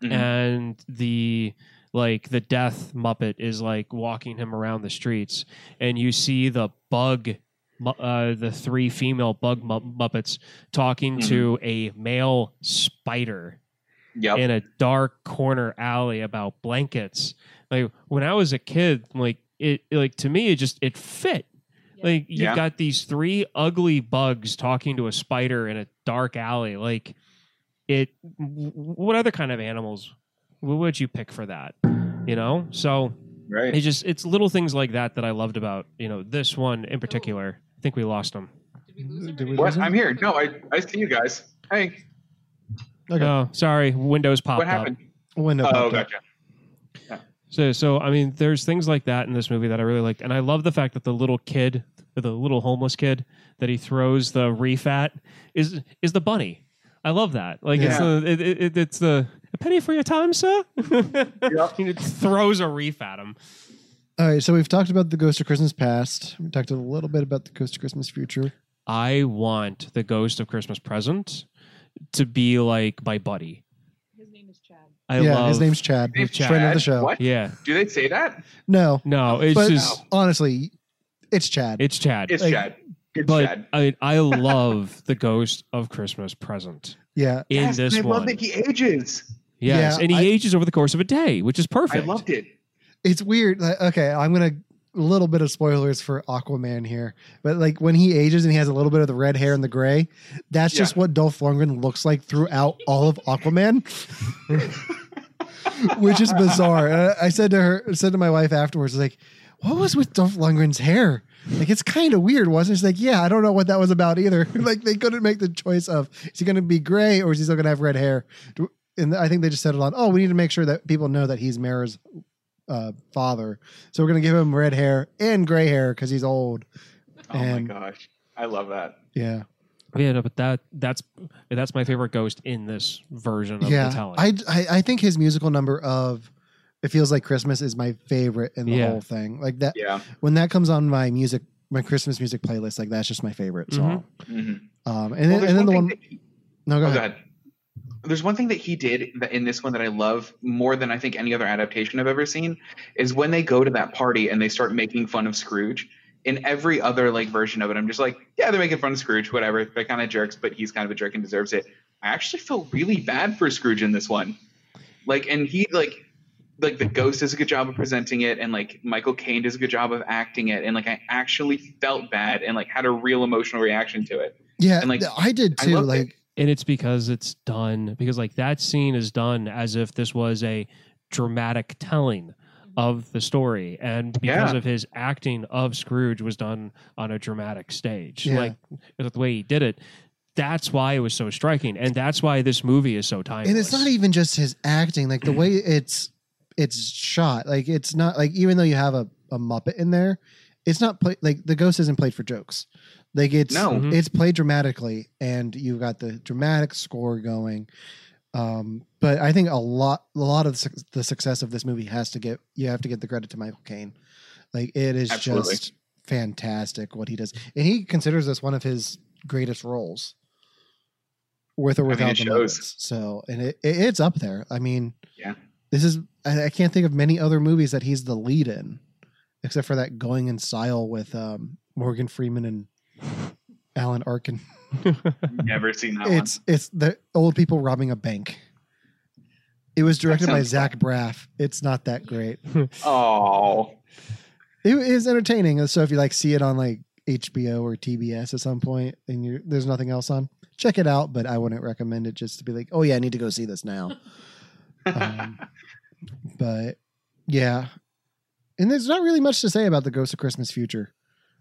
G: Mhm.
H: and the like the death muppet is like walking him around the streets and you see the bug mu- uh, the three female bug mu- muppets talking
G: Mm-hmm.
H: to a male spider
G: Yep.
H: in a dark corner alley about blankets like when i was a kid like it like to me it just it fit
B: Yeah.
H: like you've
G: Yeah.
H: got these three ugly bugs talking to a spider in a dark alley like it w- what other kind of animals what would you pick for that you know so
G: right.
H: it's just it's little things like that that i loved about you know this one in particular i think we lost him
B: Did we lose him?
F: Did we
G: What? I'm here. No, I, I see you guys. Hey,
F: Okay.
H: oh sorry windows popped
G: what happened?
H: up
F: Window.
G: Oh,
F: popped up.
G: gotcha.
H: so so i mean there's things like that in this movie that i really liked and i love the fact that the little kid the little homeless kid that he throws the reef at is is the bunny i love that like it's
G: Yeah.
H: the it, it, it- it's the a penny for your time sir and it throws a reef at him
F: All right, so we've talked about the Ghost of Christmas Past. We talked a little bit about the Ghost of Christmas Future.
H: I want the Ghost of Christmas Present to be like my buddy.
B: His name is Chad.
H: I
F: yeah,
H: love
F: his name's Chad.
G: Hey,
H: Chad.
F: Friend of the show.
G: What?
H: yeah.
G: Do they say that?
F: No,
H: No, it's
F: but
H: just
F: honestly, it's Chad.
H: it's Chad.
G: It's
F: Like,
G: Chad. It's
H: but
G: Chad.
H: I I love the Ghost of Christmas Present
F: yeah,
H: in
G: Yes,
H: this
G: I
H: one.
G: love that he ages.
H: yes,
F: Yeah,
H: and he
F: I-
H: ages over the course of a day, which is perfect.
G: I loved it.
F: it's weird. Like, okay, I'm gonna a little bit of spoilers for Aquaman here, but like when he ages and he has a little bit of the red hair and the gray, that's
G: Yeah.
F: just what Dolph Lundgren looks like throughout all of Aquaman. Which is bizarre. And I I said to her, I said to my wife afterwards, like, what was with Dolph Lundgren's hair? Like, it's kind of weird, wasn't it? She's like, yeah, I don't know what that was about either. like, they couldn't make the choice of is he going to be gray or is he still going to have red hair? Do- And I think they just settled on, oh, we need to make sure that people know that he's Mara's uh, father. So we're going to give him red hair and gray hair because he's old.
G: Oh
F: And-
G: my gosh. I love that.
F: Yeah.
H: yeah, no, but that that's that's my favorite ghost in this version of the
F: Yeah.
H: telling.
F: I, I, I think his musical number of It Feels Like Christmas is my favorite in the
H: Yeah.
F: whole thing. Like, that,
G: Yeah.
F: when that comes on my music, my Christmas music playlist, like, that's just my favorite
H: Mhm.
F: song.
G: Mhm.
F: Um, and
G: Well,
F: then,
G: there's
F: and then the
G: thing
F: one.
G: that he-
F: no, go
G: oh,
F: ahead.
G: go ahead. There's one thing that he did that in this one that I love more than I think any other adaptation I've ever seen is when they go to that party and they start making fun of Scrooge. In every other like version of it, I'm just like, yeah, they're making fun of Scrooge, whatever. They're kind of jerks, but he's kind of a jerk and deserves it. I actually feel really bad for Scrooge in this one. Like, and he like like the ghost does a good job of presenting it and like michael caine does a good job of acting it and like i actually felt bad and like had a real emotional reaction to it
F: Yeah,
G: And, like,
F: th- I did
G: I
F: too.
G: loved it.
F: like,
H: and it's because it's done because like that scene is done as if this was a dramatic telling of the story and because
G: Yeah.
H: of his acting of scrooge was done on a dramatic stage
F: Yeah.
H: like the way he did it that's why it was so striking and that's why this movie is so timeless
F: and it's not even just his acting. Like the way it's it's shot. Like it's not like even though you have a, a Muppet in there, it's not play, like the ghost isn't played for jokes. Like it's
G: No.
H: Mhm.
F: it's played dramatically, and you've got the dramatic score going. Um, but I think a lot a lot of the suc- the success of this movie has to get you have to get the credit to Michael Caine. Like it is
G: Absolutely.
F: just fantastic what he does, and he considers this one of his greatest roles, with or
G: mean,
F: without
G: it
F: the
G: shows.
F: Muppets. So, and it, it it's up there. I mean,
G: Yeah.
F: this is I, I can't think of many other movies that he's the lead in, except for that Going in Style with um, Morgan Freeman and Alan Arkin.
G: Never seen that
F: it's it's the old people robbing a bank. It was directed by
G: sounds
F: Zach Braff. It's not that great.
G: one. Oh,
F: It is entertaining. So if you like see it on like HBO or TBS at some point and you there's nothing else on, check it out. But I wouldn't recommend it just to be like, oh yeah, I need to go see this now. um, but yeah, and there's not really much to say about the Ghost of Christmas Future.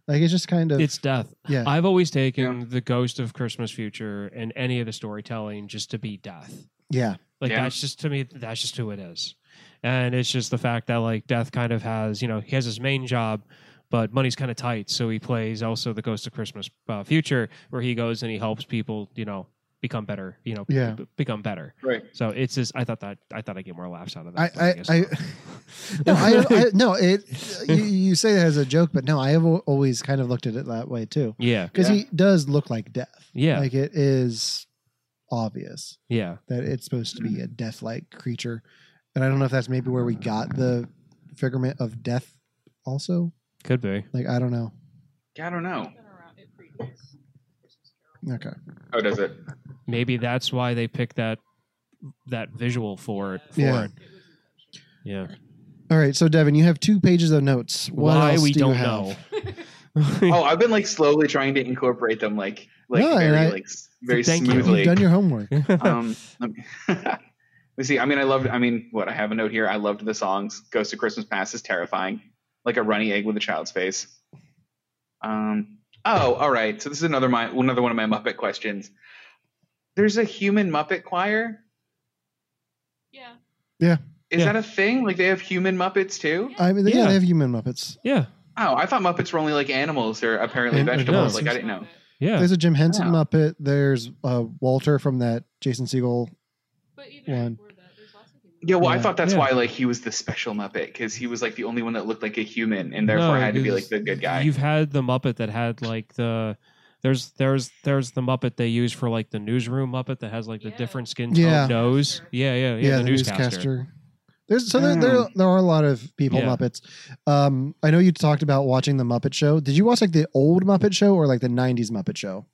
F: Like it's just kind of
H: It's death.
F: yeah.
H: I've always taken the ghost of Christmas future and any of the storytelling just to be death.
F: yeah.
H: Like
G: Yeah.
H: that's just to me, that's just who it is. And it's just the fact that like death kind of has, you know, he has his main job, but money's kind of tight. So he plays also the ghost of Christmas uh, future where he goes and he helps people, you know, become better, you know,
F: Yeah.
H: b- become better.
G: right.
H: So it's just, I thought that, I thought I'd get more laughs out of
F: I,
H: that. but
F: I,
H: guess
F: I
H: not.
F: no, I, I no, it. You, you say that as a joke, but no, I have al- always kind of looked at it that way too,
H: yeah.
F: because
G: Yeah.
F: he does look like death.
H: Yeah.
F: like it is obvious
H: Yeah.
F: that it's supposed to be a death-like creature, and I don't know if that's maybe where we got the figurement of death. Also,
H: Could be.
F: like I don't know.
G: I don't know.
B: Been around- it predates Christmas Carol.
F: Okay,
G: Oh, does it?
H: Maybe that's why they picked that, that visual for it. For
B: It was
F: Yeah.
H: it.
B: intentional.
H: Yeah.
F: all right. So Devin, you have two pages of notes. What
H: why
F: else
H: we
F: do you
H: don't
F: have?
H: know.
G: Oh, I've been like slowly trying to incorporate them, like like
F: No, and
G: very
F: I-
G: like s- very
H: Thank you.
G: smoothly.
F: You've done your homework.
G: um, let me let me see. I mean, I loved. I mean, what I have a note here. I loved the songs. "Ghost of Christmas Past" is terrifying, like a runny egg with a child's face. Um. Oh, all right. So this is another my another one of my Muppet questions. There's a human Muppet choir.
B: Yeah.
G: Is
H: Yeah.
G: that a thing? Like they have human Muppets too?
F: I mean, yeah,
H: Yeah.
F: they have human Muppets.
H: yeah.
G: Oh, I thought Muppets were only like animals. They're apparently
F: And- and
G: vegetables.
F: no.
G: Like I didn't know.
H: Yeah.
F: There's a Jim Henson
G: Wow.
F: Muppet. There's uh, Walter from that Jason Siegel
B: But even
F: One.
B: before that, there's lots of people.
G: Yeah, well, I
F: Yeah.
G: thought that's
H: Yeah.
G: why like he was the special Muppet because he was like the only one that looked like a human, and therefore
H: No,
G: had to be like
H: because
G: the good guy.
H: You've had the Muppet that had like the there's there's there's the Muppet they use for like the newsroom Muppet that has like the
B: Yeah.
H: different skin
F: Yeah.
H: tone nose. Yeah, yeah, yeah. the, newscaster.
F: There's so there, there there are a lot of people
H: Yeah.
F: Muppets. Um, I know you talked about watching the Muppet Show. Did you watch like the old Muppet Show or like the '90s Muppet Show?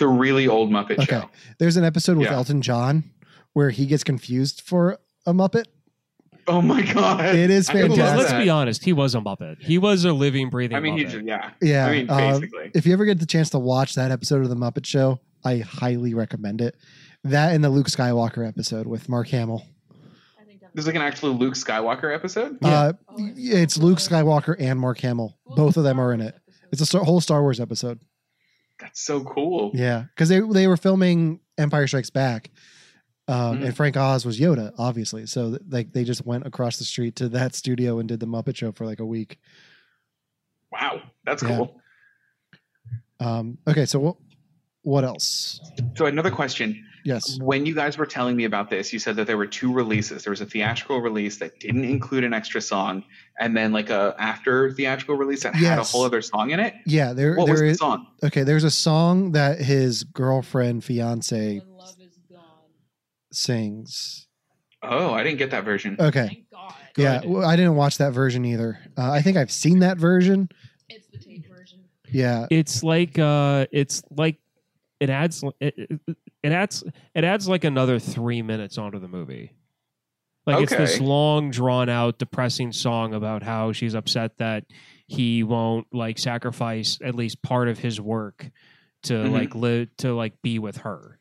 G: the really old Muppet
F: Okay.
G: Show.
F: There's an episode with
G: Yeah.
F: Elton John where he gets confused for a Muppet.
G: Oh my god,
F: It is
G: I love
H: Because
G: that.
H: let's
F: fantastic.
H: be honest, he was a Muppet. He was a living, breathing.
G: I mean, he
H: Muppet.
G: just, yeah.
F: Yeah.
G: I mean,
F: um,
G: basically.
F: if you ever get the chance to watch that episode of the Muppet Show, I highly recommend it. That and the Luke Skywalker episode with Mark Hamill.
B: I think that
G: There's like an actual Luke Skywalker episode.
F: Uh,
B: Oh, it's so
F: it's Luke
B: good.
F: Skywalker and Mark Hamill.
B: Well,
F: Both of them
B: Star
F: are in
B: Wars
F: it.
B: episode.
F: It's a Star- whole Star Wars episode.
G: That's so cool.
F: Yeah, because they they were filming Empire Strikes Back, um,
G: Mhm.
F: and Frank Oz was Yoda, obviously. So th- like they just went across the street to that studio and did the Muppet Show for like a week.
G: Wow, that's
F: Yeah.
G: cool.
F: Um, okay, so what what else?
G: So another question:
F: Yes,
G: When you guys were telling me about this, you said that there were two releases. There was a theatrical release that didn't include an extra song, and then like a after theatrical release that had a
F: Yes.
G: whole other song in it.
F: yeah, there
G: What was
F: there
G: the
F: is
G: song?
F: okay. There's a song that his girlfriend fiance
B: When love is gone.
F: sings.
G: Oh, I didn't get that version.
F: Okay.
B: Thank God.
F: Yeah,
H: Good.
F: well, I didn't watch that version either. Uh, I think I've seen that version.
B: It's the tape version.
F: Yeah,
H: It's like uh, it's like it adds it, it- it adds it adds like another three minutes onto the movie. Like it's this
G: Okay.
H: long, drawn out, depressing song about how she's upset that he won't like sacrifice at least part of his work to
G: Mhm.
H: like live to like be with her,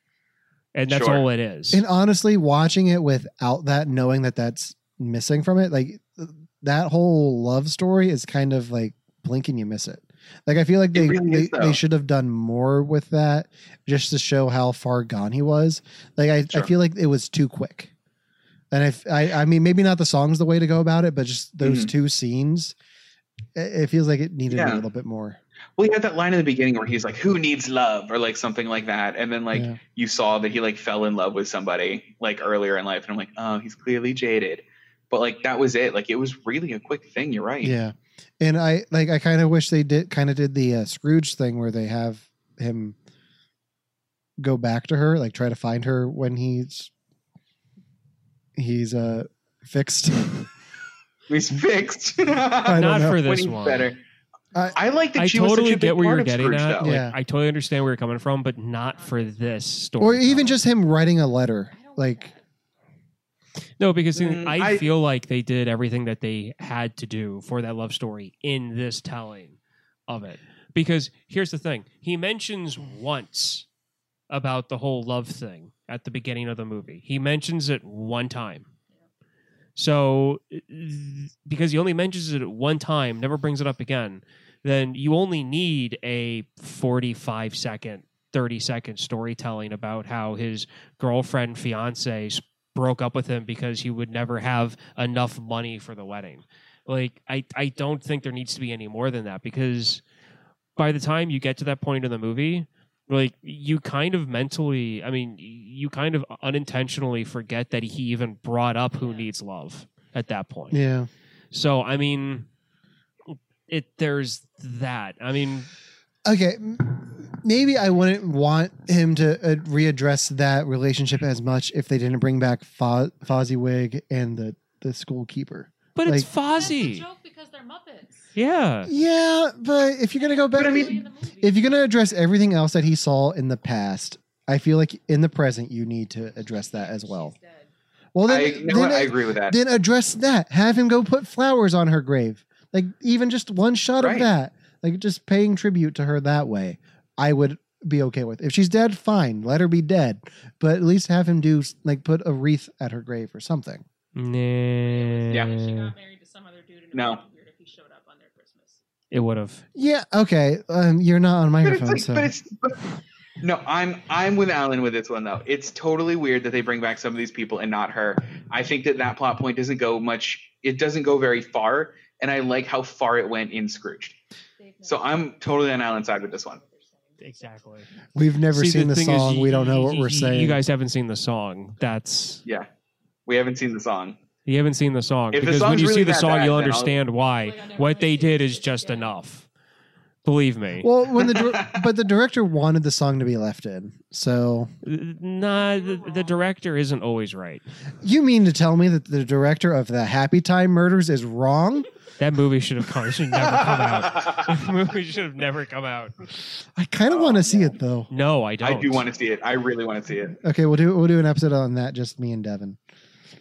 H: and that's
G: Sure.
H: all it is.
F: And honestly, watching it without that, knowing that that's missing from it, like th- that whole love story is kind of like blink and you miss it. Like I feel like
G: It
F: they
G: really is,
F: they,
G: though.
F: they should have done more with that just to show how far gone he was. Like I,
G: Sure.
F: I feel like it was too quick. And if I, I mean, maybe not the song's the way to go about it, but just those
G: Mhm.
F: two scenes, it, it feels like it needed
G: Yeah.
F: a little bit more.
G: Well, he had that line in the beginning where he's like, "Who needs love?" or like something like that, and then like
F: Yeah.
G: you saw that he like fell in love with somebody like earlier in life, and I'm like, "Oh, he's clearly jaded," but like that was it. Like it was really a quick thing. You're right.
F: Yeah, and I like I kind of wish they did kind of did the uh, Scrooge thing where they have him go back to her, like try to find her when he's he's uh fixed.
G: He's fixed.
F: I don't
H: Not
F: know.
H: for
G: When
H: this
G: he's
H: one.
G: better. I like that
H: I
G: she was
H: totally
G: such a big
H: get where
G: part
H: you're
G: of
H: getting
G: Scrooge,
H: at.
G: though.
H: Like,
F: Yeah.
H: I totally understand where you're coming from, but not for this story.
F: or even just him writing a letter. Like,
H: no, because
G: Mm,
H: I,
G: I-
H: feel like they did everything that they had to do for that love story in this telling of it. Because here's the thing: he mentions once about the whole love thing at the beginning of the movie. He mentions it one time. So, th- because he only mentions it at one time, never brings it up again, then you only need a 45 second, 30 second storytelling about how his girlfriend, fiance s- broke up with him because he would never have enough money for the wedding. Like, I, I don't think there needs to be any more than that because by the time you get to that point in the movie, like you kind of mentally, I mean, you kind of unintentionally forget that he even brought up who needs love at that point.
F: yeah,
H: So I mean, it there's that. I mean,
F: okay, m- maybe I wouldn't want him to uh, readdress that relationship as much if they didn't bring back Fo- Fozziwig and the the schoolkeeper.
H: but it's
F: Like-
B: That's a
H: Fozzie.
B: joke because they're Muppets.
H: Yeah.
F: Yeah, but if you're gonna go back,
G: But I mean-
B: Really in the movie.
F: if you're gonna address everything else that he saw in the past, I feel like in the present you need to address that as well.
B: She's dead.
F: Well, then,
G: I, you know
F: then uh,
G: what? I agree with that.
F: then address that. Have him go put flowers on her grave. Like even just one shot
G: Right.
F: of that. Like just paying tribute to her that way. I would be okay with. If she's dead, fine. Let her be dead. But at least have him do like put a wreath at her grave or something.
H: Nah.
B: She got married to some other dude. And it
G: No.
B: would've been weird if he showed up on their Christmas.
H: It would have.
F: Yeah, okay. Um, you're not on
G: But it's,
F: microphone,
G: like-
F: so
G: but it's- but- no, I'm I'm with Alan with this one though. It's totally weird that they bring back some of these people and not her. I think that that plot point doesn't go much. It doesn't go very far, and I like how far it went in Scrooge.
B: They've
G: So
B: never-
G: I'm totally on Alan's side with this one.
H: Exactly.
F: we've never seen the,
H: thing is,
F: song.
H: you-
F: we don't know what
H: you-
F: we're saying.
H: You guys haven't seen the song. That's
G: Yeah, we haven't seen the song.
H: you haven't seen the song
G: If the
H: because when
G: song's
H: you see
G: really
H: the
G: that
H: song,
G: bad,
H: you'll
G: then I'll-
H: understand why.
B: Like, I never
H: what
B: wanna
H: they
B: see
H: did
B: this
H: is
B: shit
H: just
B: again.
H: enough. Believe me.
F: well, when the dir- but the director wanted the song to be left in. So
H: nah, the, the director isn't always right.
F: you mean to tell me that the director of the Happy Time Murders is wrong?
H: That movie should have come, should never come out. That movie should have never come out.
F: I kind of
G: Oh,
F: want to see
G: man.
F: it though.
H: No, I
G: I
H: don't.
G: do want to see it. I really want to see it.
F: Okay, we'll do we'll do an episode on that, just me and Devin.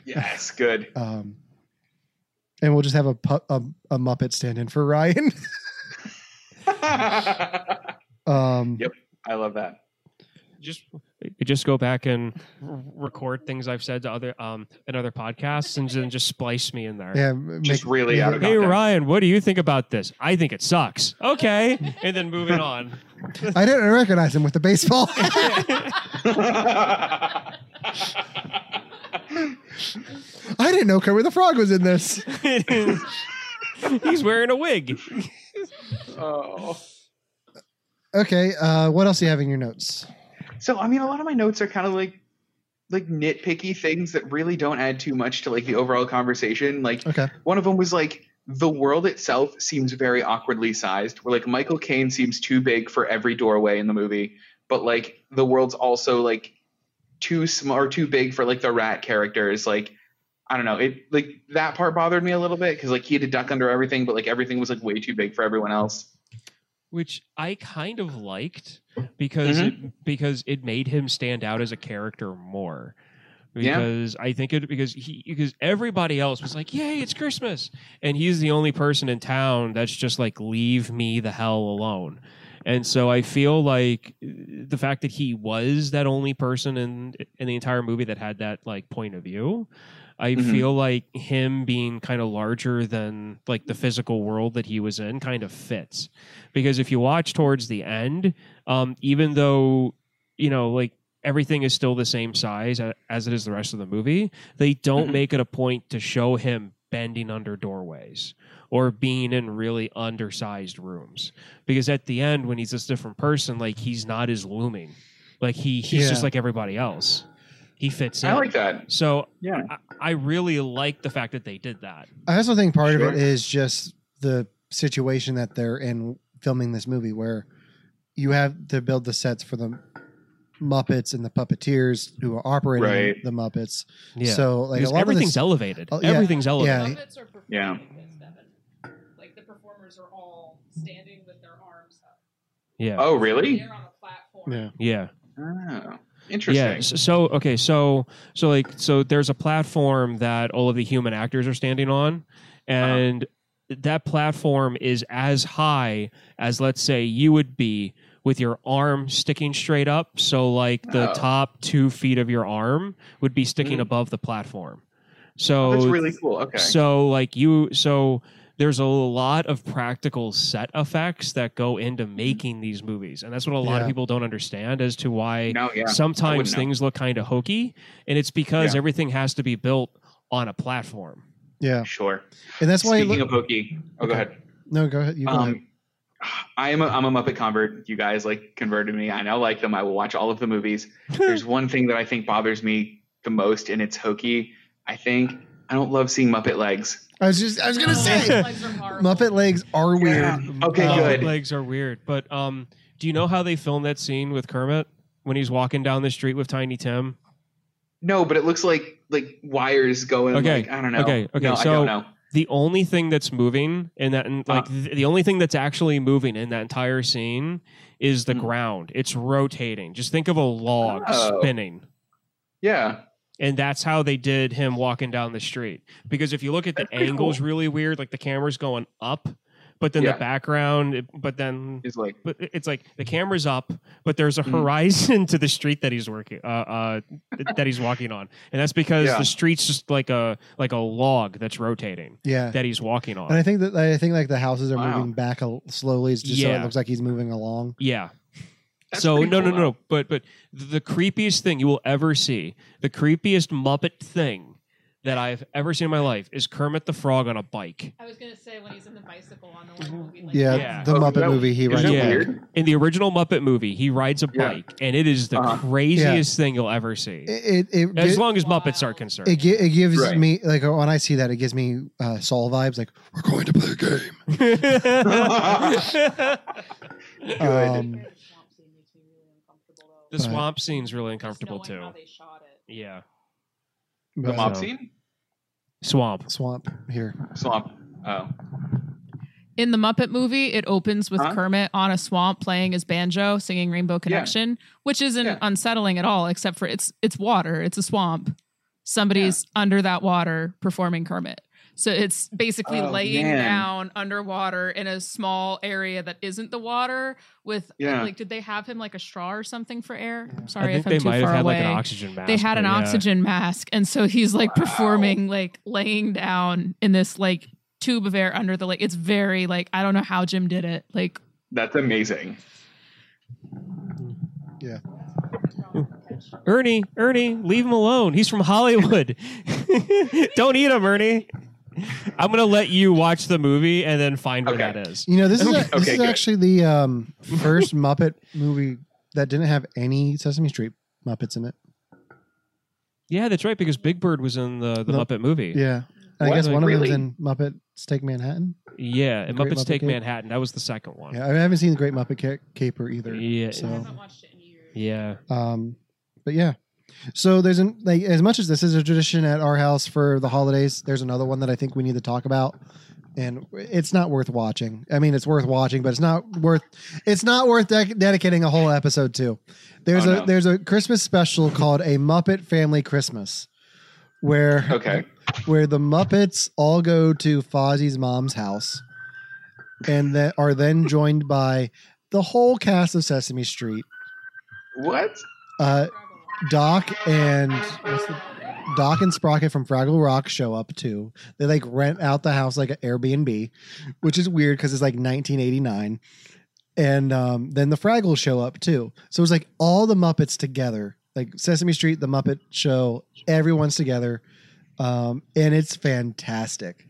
G: Yes, good.
F: Um, and we'll just have a pu- a, a Muppet stand in for Ryan.
G: I
F: um,
G: Yep. love that.
H: just just go back and r- record things I've said to other um in other podcasts and then just splice me in there.
F: yeah, m-
G: Just
F: make-
G: really
F: make
G: out
F: it-
G: of
H: Hey
G: context.
H: Ryan, what do you think about this? I think it sucks. Okay, and then moving on.
F: I didn't recognize him with the baseball. I didn't know Kermit the Frog was in this.
H: He's wearing a wig.
G: oh.
F: Okay, uh, what else do you have in your notes?
G: So I mean, a lot of my notes are kind of like like nitpicky things that really don't add too much to like the overall conversation. Like
F: Okay,
G: one of them was like the world itself seems very awkwardly sized. Where like Michael Caine seems too big for every doorway in the movie, but like the world's also like too small or too big for like the rat characters. Like I don't know, it like that part bothered me a little bit because like he had to duck under everything, but like everything was like way too big for everyone else.
H: which I kind of liked because it, because it made him stand out as a character more.
G: Yeah.
H: Because I think it because he because everybody else was like, "Yay, it's Christmas," and he's the only person in town that's just like, "Leave me the hell alone." And so I feel like uh, the fact that he was that only person in in the entire movie that had that like point of view, I
G: Mhm.
H: feel like him being kind of larger than like the physical world that he was in kind of fits. Because if you watch towards the end, um, even though you know like everything is still the same size a- as it is the rest of the movie, they don't
G: Mhm.
H: make it a point to show him bending under doorways or being in really undersized rooms because at the end when he's this different person like he's not as looming like he he's just
F: Yeah.
H: like everybody else he fits in
G: I like that.
H: so
G: Yeah.
H: I, I really like the fact that they did that.
F: I also think part
G: Sure.
F: of it is just the situation that they're in filming this movie, where you have to build the sets for the Muppets and the puppeteers who are operating
G: Right.
F: the Muppets.
H: Yeah.
F: So like
H: Because
F: a lot of
H: everything's
F: this,
H: elevated.
F: Oh, yeah,
H: everything's elevated.
F: yeah.
B: Muppets are performing
G: Yeah.
B: this, Devin. Like the performers members are all standing with their arms up.
H: Yeah.
G: Oh, really?
B: They're on a platform.
F: Yeah.
H: Yeah.
G: Oh,
H: Yeah.
G: interesting.
H: s- So okay. So so like so there's a platform that all of the human actors are standing on,
G: Uh-huh.
H: and that platform is as high as let's say you would be with your arm sticking straight up. So like the
G: Oh.
H: top two feet of your arm would be sticking
G: Mm.
H: above the platform. So
G: Oh, That's really cool. Okay.
H: so like you so there's a lot of practical set effects that go into
G: Mm-hmm.
H: making these movies. And that's what a lot
F: Yeah.
H: of people don't understand as to why
G: no, yeah.
H: sometimes
G: know.
H: things look kind of hokey. And it's because
G: Yeah.
H: everything has to be built on a platform.
F: Yeah,
G: Sure.
F: and that's why. it
G: Speaking
F: look-
G: of hokey, oh, go
F: Okay.
G: ahead.
F: no, go ahead. You go ahead.
G: Um, I am a, I'm a Muppet convert. You guys like converted me. I now like them. I will watch all of the movies. There's one thing that I think bothers me the most, and it's hokey. I think I don't love seeing Muppet legs.
F: I was just. I was gonna
B: Oh,
F: say
B: those legs are horrible.
F: Muppet legs are weird.
G: Okay,
F: Uh,
G: good.
H: Um, Legs are weird. But um do you know how they filmed that scene with Kermit when he's walking down the street with Tiny Tim?
G: No, but it looks like like wires going.
H: Okay,
G: Like, I don't know.
H: okay, okay,
G: No, I
H: so-
G: don't know.
H: The only thing that's moving in that, and like
G: Uh.
H: th- the only thing that's actually moving in that entire scene is the
G: Hmm.
H: ground. It's rotating. Just think of a log
G: Oh.
H: spinning.
G: Yeah.
H: and that's how they did him walking down the street. Because if you look at the
G: That's pretty
H: angles, really weird. Like the camera's going up, but then
G: Yeah.
H: the background. it- But then,
G: It's like
H: but it's like the camera's up, but there's a
G: Mhm.
H: horizon to the street that he's working, uh, uh, th- that he's walking on, and that's because
G: Yeah.
H: the street's just like a like a log that's rotating
F: Yeah.
H: that he's walking on.
F: and I think that I think like the houses are
G: Wow.
F: moving back a, slowly, it's just so
H: Yeah.
F: it looks like he's moving along.
H: yeah.
G: that's
H: so
G: pretty
H: no,
G: cool,
H: no,
G: though.
H: no, no. But but th- the creepiest thing you will ever see, the creepiest Muppet thing that I've ever seen in my life is Kermit the Frog on a bike.
B: I was gonna say when he's in the bicycle on the one movie. Like
F: Yeah,
H: Yeah.
F: the
G: Oh,
F: Muppet
G: that-
F: movie he
G: Is
F: rides.
G: that
H: Yeah.
F: back.
G: weird?
H: in the original Muppet movie, he rides a
G: Yeah.
H: bike, and it is the
G: Uh-huh.
H: craziest thing you'll ever see,
F: It it it,
H: as
F: gi-
H: long as
B: Wow.
H: Muppets are concerned.
F: it, gi- it gives
G: Right.
F: me like when I see that it gives me uh, Saul vibes. Like we're going to play a game.
G: Good.
F: Um,
B: The swamp scene makes me really uncomfortable though.
H: the
F: But-
H: swamp scene's really uncomfortable
B: Just knowing
H: too.
B: How they shot it.
H: Yeah,
G: The
F: but- uh,
G: mob
H: So-
G: scene?
H: swamp.
F: swamp here.
G: Swamp. Oh.
D: In the Muppet movie, it opens with
G: Huh?
D: Kermit on a swamp playing his banjo, singing Rainbow Connection, which isn't
G: Yeah.
D: unsettling at all, except for it's it's water, it's a swamp. Somebody's under that water performing Kermit. So it's basically
G: Oh,
D: laying
G: man.
D: down underwater in a small area that isn't the water with
G: Yeah.
D: like did they have him like a straw or something for air? I'm
H: I
D: sorry
H: think
D: if I'm
H: they
D: too
H: might have
D: far
H: had
D: away
H: like an oxygen mask.
D: they had an
H: but yeah.
D: oxygen mask and so he's like performing like laying down in this like tube of air under the lake it's very like i don't know how jim did it like
G: That's amazing.
H: Ernie, Ernie, leave him alone. He's from Hollywood. Don't eat him, Ernie. I'm gonna let you watch the movie and then find where
G: Okay.
H: that is.
F: You know this is a,
G: Okay,
F: this
G: okay,
F: is
G: good.
F: actually the um, first Muppet movie that didn't have any Sesame Street Muppets in it.
H: Yeah, that's right because Big Bird was in the, the
F: The-
H: Muppet movie.
F: Yeah, and I
G: What?
F: guess one
G: Really?
F: of them's in Muppet Take Manhattan.
H: Yeah, and
F: Great
H: Muppets
F: Muppet
H: Take
F: Cape.
H: Manhattan. That was the second one.
F: Yeah, I haven't seen the Great Muppet Ca- Caper either.
H: Yeah.
B: I
F: So
B: haven't watched it in years.
H: Yeah.
F: Um, but yeah, so there's an like as much as this is a tradition at our house for the holidays. There's another one that I think we need to talk about, and it's not worth watching. I mean, it's worth watching, but it's not worth it's not worth dec dedicating a whole episode to. There's
G: Oh,
F: a
G: no.
F: there's a Christmas special called a Muppet Family Christmas, where
G: Okay.
F: where the Muppets all go to Fozzie's mom's house, and that are then joined by the whole cast of Sesame Street.
G: What?
F: Uh, Doc and what's the, Doc and Sprocket from Fraggle Rock show up too. They like rent out the house like an Airbnb, which is weird because it's like 1989. And um, then the Fraggles show up too. So it's like all the Muppets together, like Sesame Street, the Muppet Show, everyone's together, um, and it's fantastic.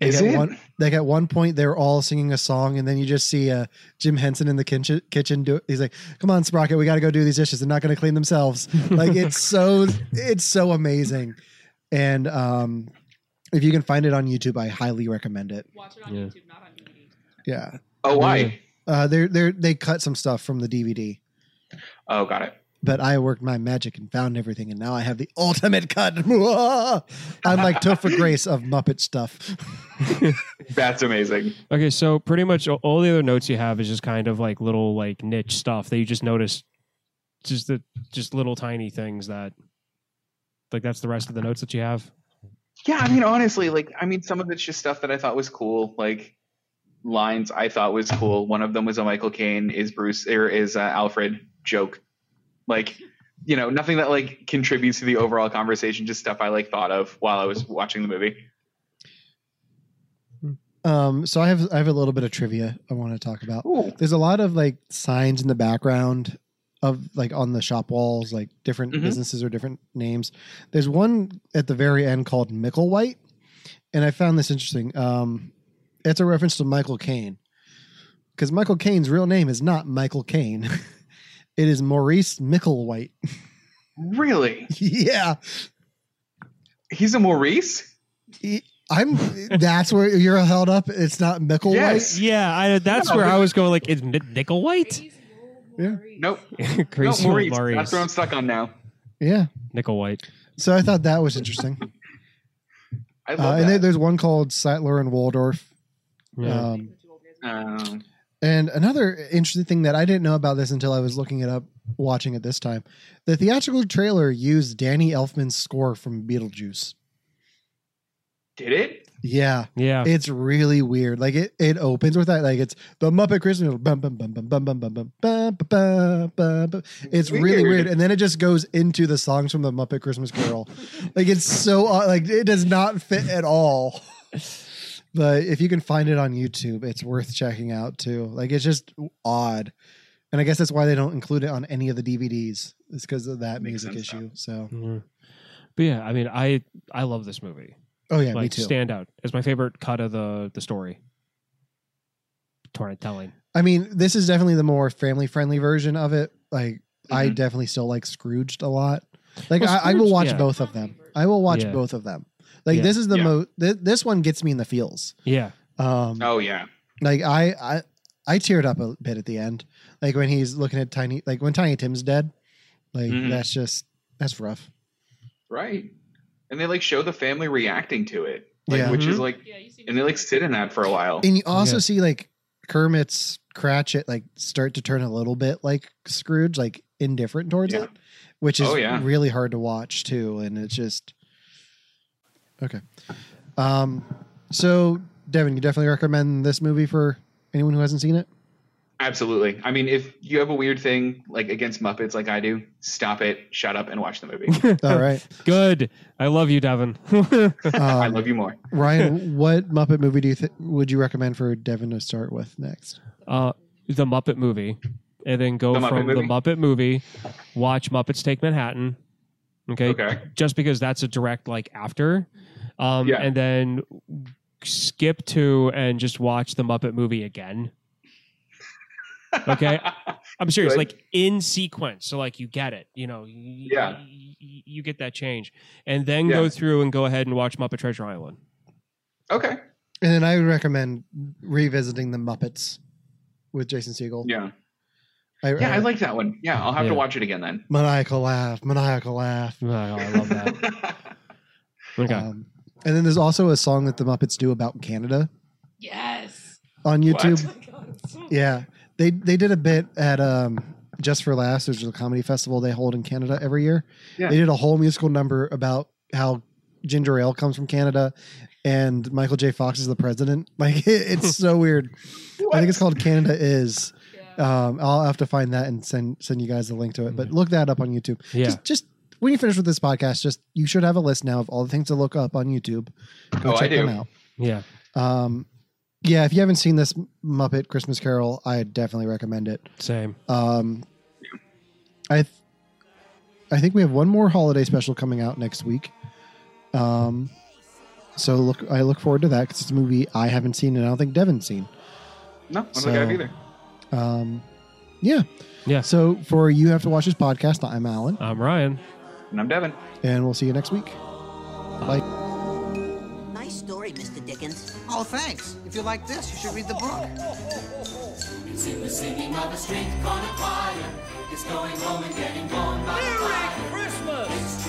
F: Like
G: Is
F: at
G: it?
F: One, like at one point, they're all singing a song, and then you just see uh, Jim Henson in the kitchen. Kitchen, do, he's like, "Come on, Sprocket, we got to go do these dishes. They're not going to clean themselves." like it's so, it's so amazing. And um, if you can find it on YouTube, I highly recommend it.
B: Watch it on
H: Yeah.
B: YouTube, not on DVD.
F: Yeah,
G: Oh, why?
F: uh, they're they are they cut some stuff from the DVD.
G: Oh, got it.
F: but I worked my magic and found everything, and now I have the ultimate cut. I'm like Topher Grace of Muppet stuff.
G: That's amazing.
H: Okay, so pretty much all- all the other notes you have is just kind of like little like niche stuff that you just notice, just the just little tiny things that, like that's the rest of the notes that you have.
G: Yeah, I mean, honestly, like, I mean, some of it's just stuff that I thought was cool, like lines I thought was cool. One of them was a Michael Caine is Bruce or is uh, Alfred joke, like, you know, nothing that like contributes to the overall conversation, just stuff I like thought of while I was watching the movie.
F: Um, so I have I have a little bit of trivia I want to talk about.
G: Ooh.
F: There's a lot of like signs in the background of like on the shop walls, like different
G: Mhm.
F: businesses or different names. There's one at the very end called Mickle White, and I found this interesting. Um, it's a reference to Michael Caine because Michael Caine's real name is not Michael Caine. it is Maurice Micklewhite.
G: Really?
F: yeah,
G: He's a Maurice?
F: I'm. That's where you're held up. It's not Micklewhite.
G: Yes.
H: Yeah, I, that's
G: No,
H: where
G: but-
H: I was going. Like, is nickel white?
B: Crazy old
F: Yeah.
B: Maurice.
G: Nope. No, Maurice.
H: Crazy old
G: That's
H: Maurice.
G: what I'm stuck on now.
F: Yeah.
H: Nickel white.
F: So I thought that was interesting.
G: I
F: Uh, and
G: love that.
F: there- there's one called Sattler and Waldorf.
H: Yeah.
F: Um,
B: The two old guys.
G: Um,
F: and another interesting thing that I didn't know about this until I was looking it up, watching it this time. The theatrical trailer used Danny Elfman's score from Beetlejuice.
G: did it?
F: Yeah,
H: yeah.
F: it's really weird. Like it, it opens with that. Like it's the Muppet Christmas. Bum, bum, bum, bum, bum, bum, bum, bum, bum, bum, bum, bum. It's really weird. And then it just goes into the songs from the Muppet Christmas Carol. like it's so odd. like it does not fit at all. But if you can find it on YouTube, it's worth checking out too. Like it's just odd. And I guess that's why they don't include it on any of the DVDs. It's because of that
G: Makes
F: music
G: sense, though.
F: issue. So,
H: Yeah. Mm. But yeah, I mean, I I love this movie.
F: oh yeah, me
H: like,
F: too.
H: stand out. It's my favorite cut of the the story. Torn telling.
F: I mean, this is definitely the more family friendly version of it. Like, I
G: Mhm.
F: definitely still like Scrooged a lot. Like,
H: Mm-hmm. Well,
F: I, I will
H: Scrooge-
F: watch
H: yeah.
F: both of them. I will watch
H: Yeah.
F: both of them. Like,
H: Yeah.
F: this is the
G: Yeah.
F: most. Th- this one gets me in the feels.
H: Yeah.
F: Um,
G: Oh, yeah.
F: like I, I, I teared up a bit at the end. Like when he's looking at Tiny, like when Tiny Tim's dead. Like
G: Mhm.
F: that's just that's rough.
G: Right. And they like show the family reacting to it, like,
F: Yeah.
G: which is like,
B: Yeah, you see.
G: and they like sit in that for a while.
F: And you also
H: Yeah.
F: see like Kermit's Cratchit like start to turn a little bit like Scrooge, like indifferent towards
G: Yeah.
F: it, which is
G: Oh, yeah.
F: really hard to watch too. And it's just okay. Um, so Devin, you definitely recommend this movie for anyone who hasn't seen it.
G: Absolutely. I mean, if you have a weird thing like against Muppets, like I do, stop it, shut up, and watch the movie.
F: All right,
H: Good. I love you, Devin.
G: I
F: um,
G: love you more.
F: Ryan. What Muppet movie do you th- would you recommend for Devin to start with next?
H: uh, the Muppet movie, and then go
G: The Muppet
H: from the
G: movie?
H: Muppet movie, watch Muppets Take Manhattan. Okay?
G: Okay.
H: Just because that's a direct like after, um,
G: Yeah.
H: and then skip to and just watch the Muppet movie again. Okay, I'm serious.
G: Good.
H: Like in sequence, so like you get it. You know, you,
G: Yeah.
H: you, you get that change, and then go
G: Yeah.
H: through and go ahead and watch Muppet Treasure Island.
G: okay.
F: And then I would recommend revisiting the Muppets with Jason Segel.
G: Yeah. Yeah, I like that one. Yeah, I'll have to
H: Yeah.
G: watch it again then.
F: maniacal laugh, maniacal laugh.
H: Oh, I love that. Okay,
F: Um, and then there's also a song that the Muppets do about Canada
B: Yes.
F: on YouTube.
B: Oh my God, it's so-
F: Yeah, they they did a bit at um, Just for Laughs, which is a comedy festival they hold in Canada every year.
G: Yeah.
F: They did a whole musical number about how ginger ale comes from Canada, and Michael J. Fox is the president. Like it, it's so weird. I think it's called Canada Is.
B: Yeah.
F: Um, I'll have to find that and send send you guys the link to it. But look that up on YouTube.
H: yeah.
F: Just, just when you finish with this podcast, just you should have a list now of all the things to look up on YouTube. Go
G: Oh, I
F: check them
G: do.
F: out.
H: Yeah.
F: Um, yeah, if you haven't seen this Muppet Christmas Carol, I definitely recommend it.
H: Same.
F: Um, I, th- I think we have one more holiday special coming out next week. Um, so look, I look forward to that because it's a movie I haven't seen and I don't think Devin's seen.
G: No, I don't
F: So-
G: think I have either.
F: Um, yeah.
H: Yeah.
F: So for you have to watch this podcast. I'm Alan,
H: I'm Ryan.
G: And I'm Devin.
F: and we'll see you next week. Bye.
C: Nice story, Mr. Dickens.
I: Oh, thanks. If you like this, you should read the book.
A: It's in the singing of a street corner choir. It's going home and getting gone by
E: Merry Christmas!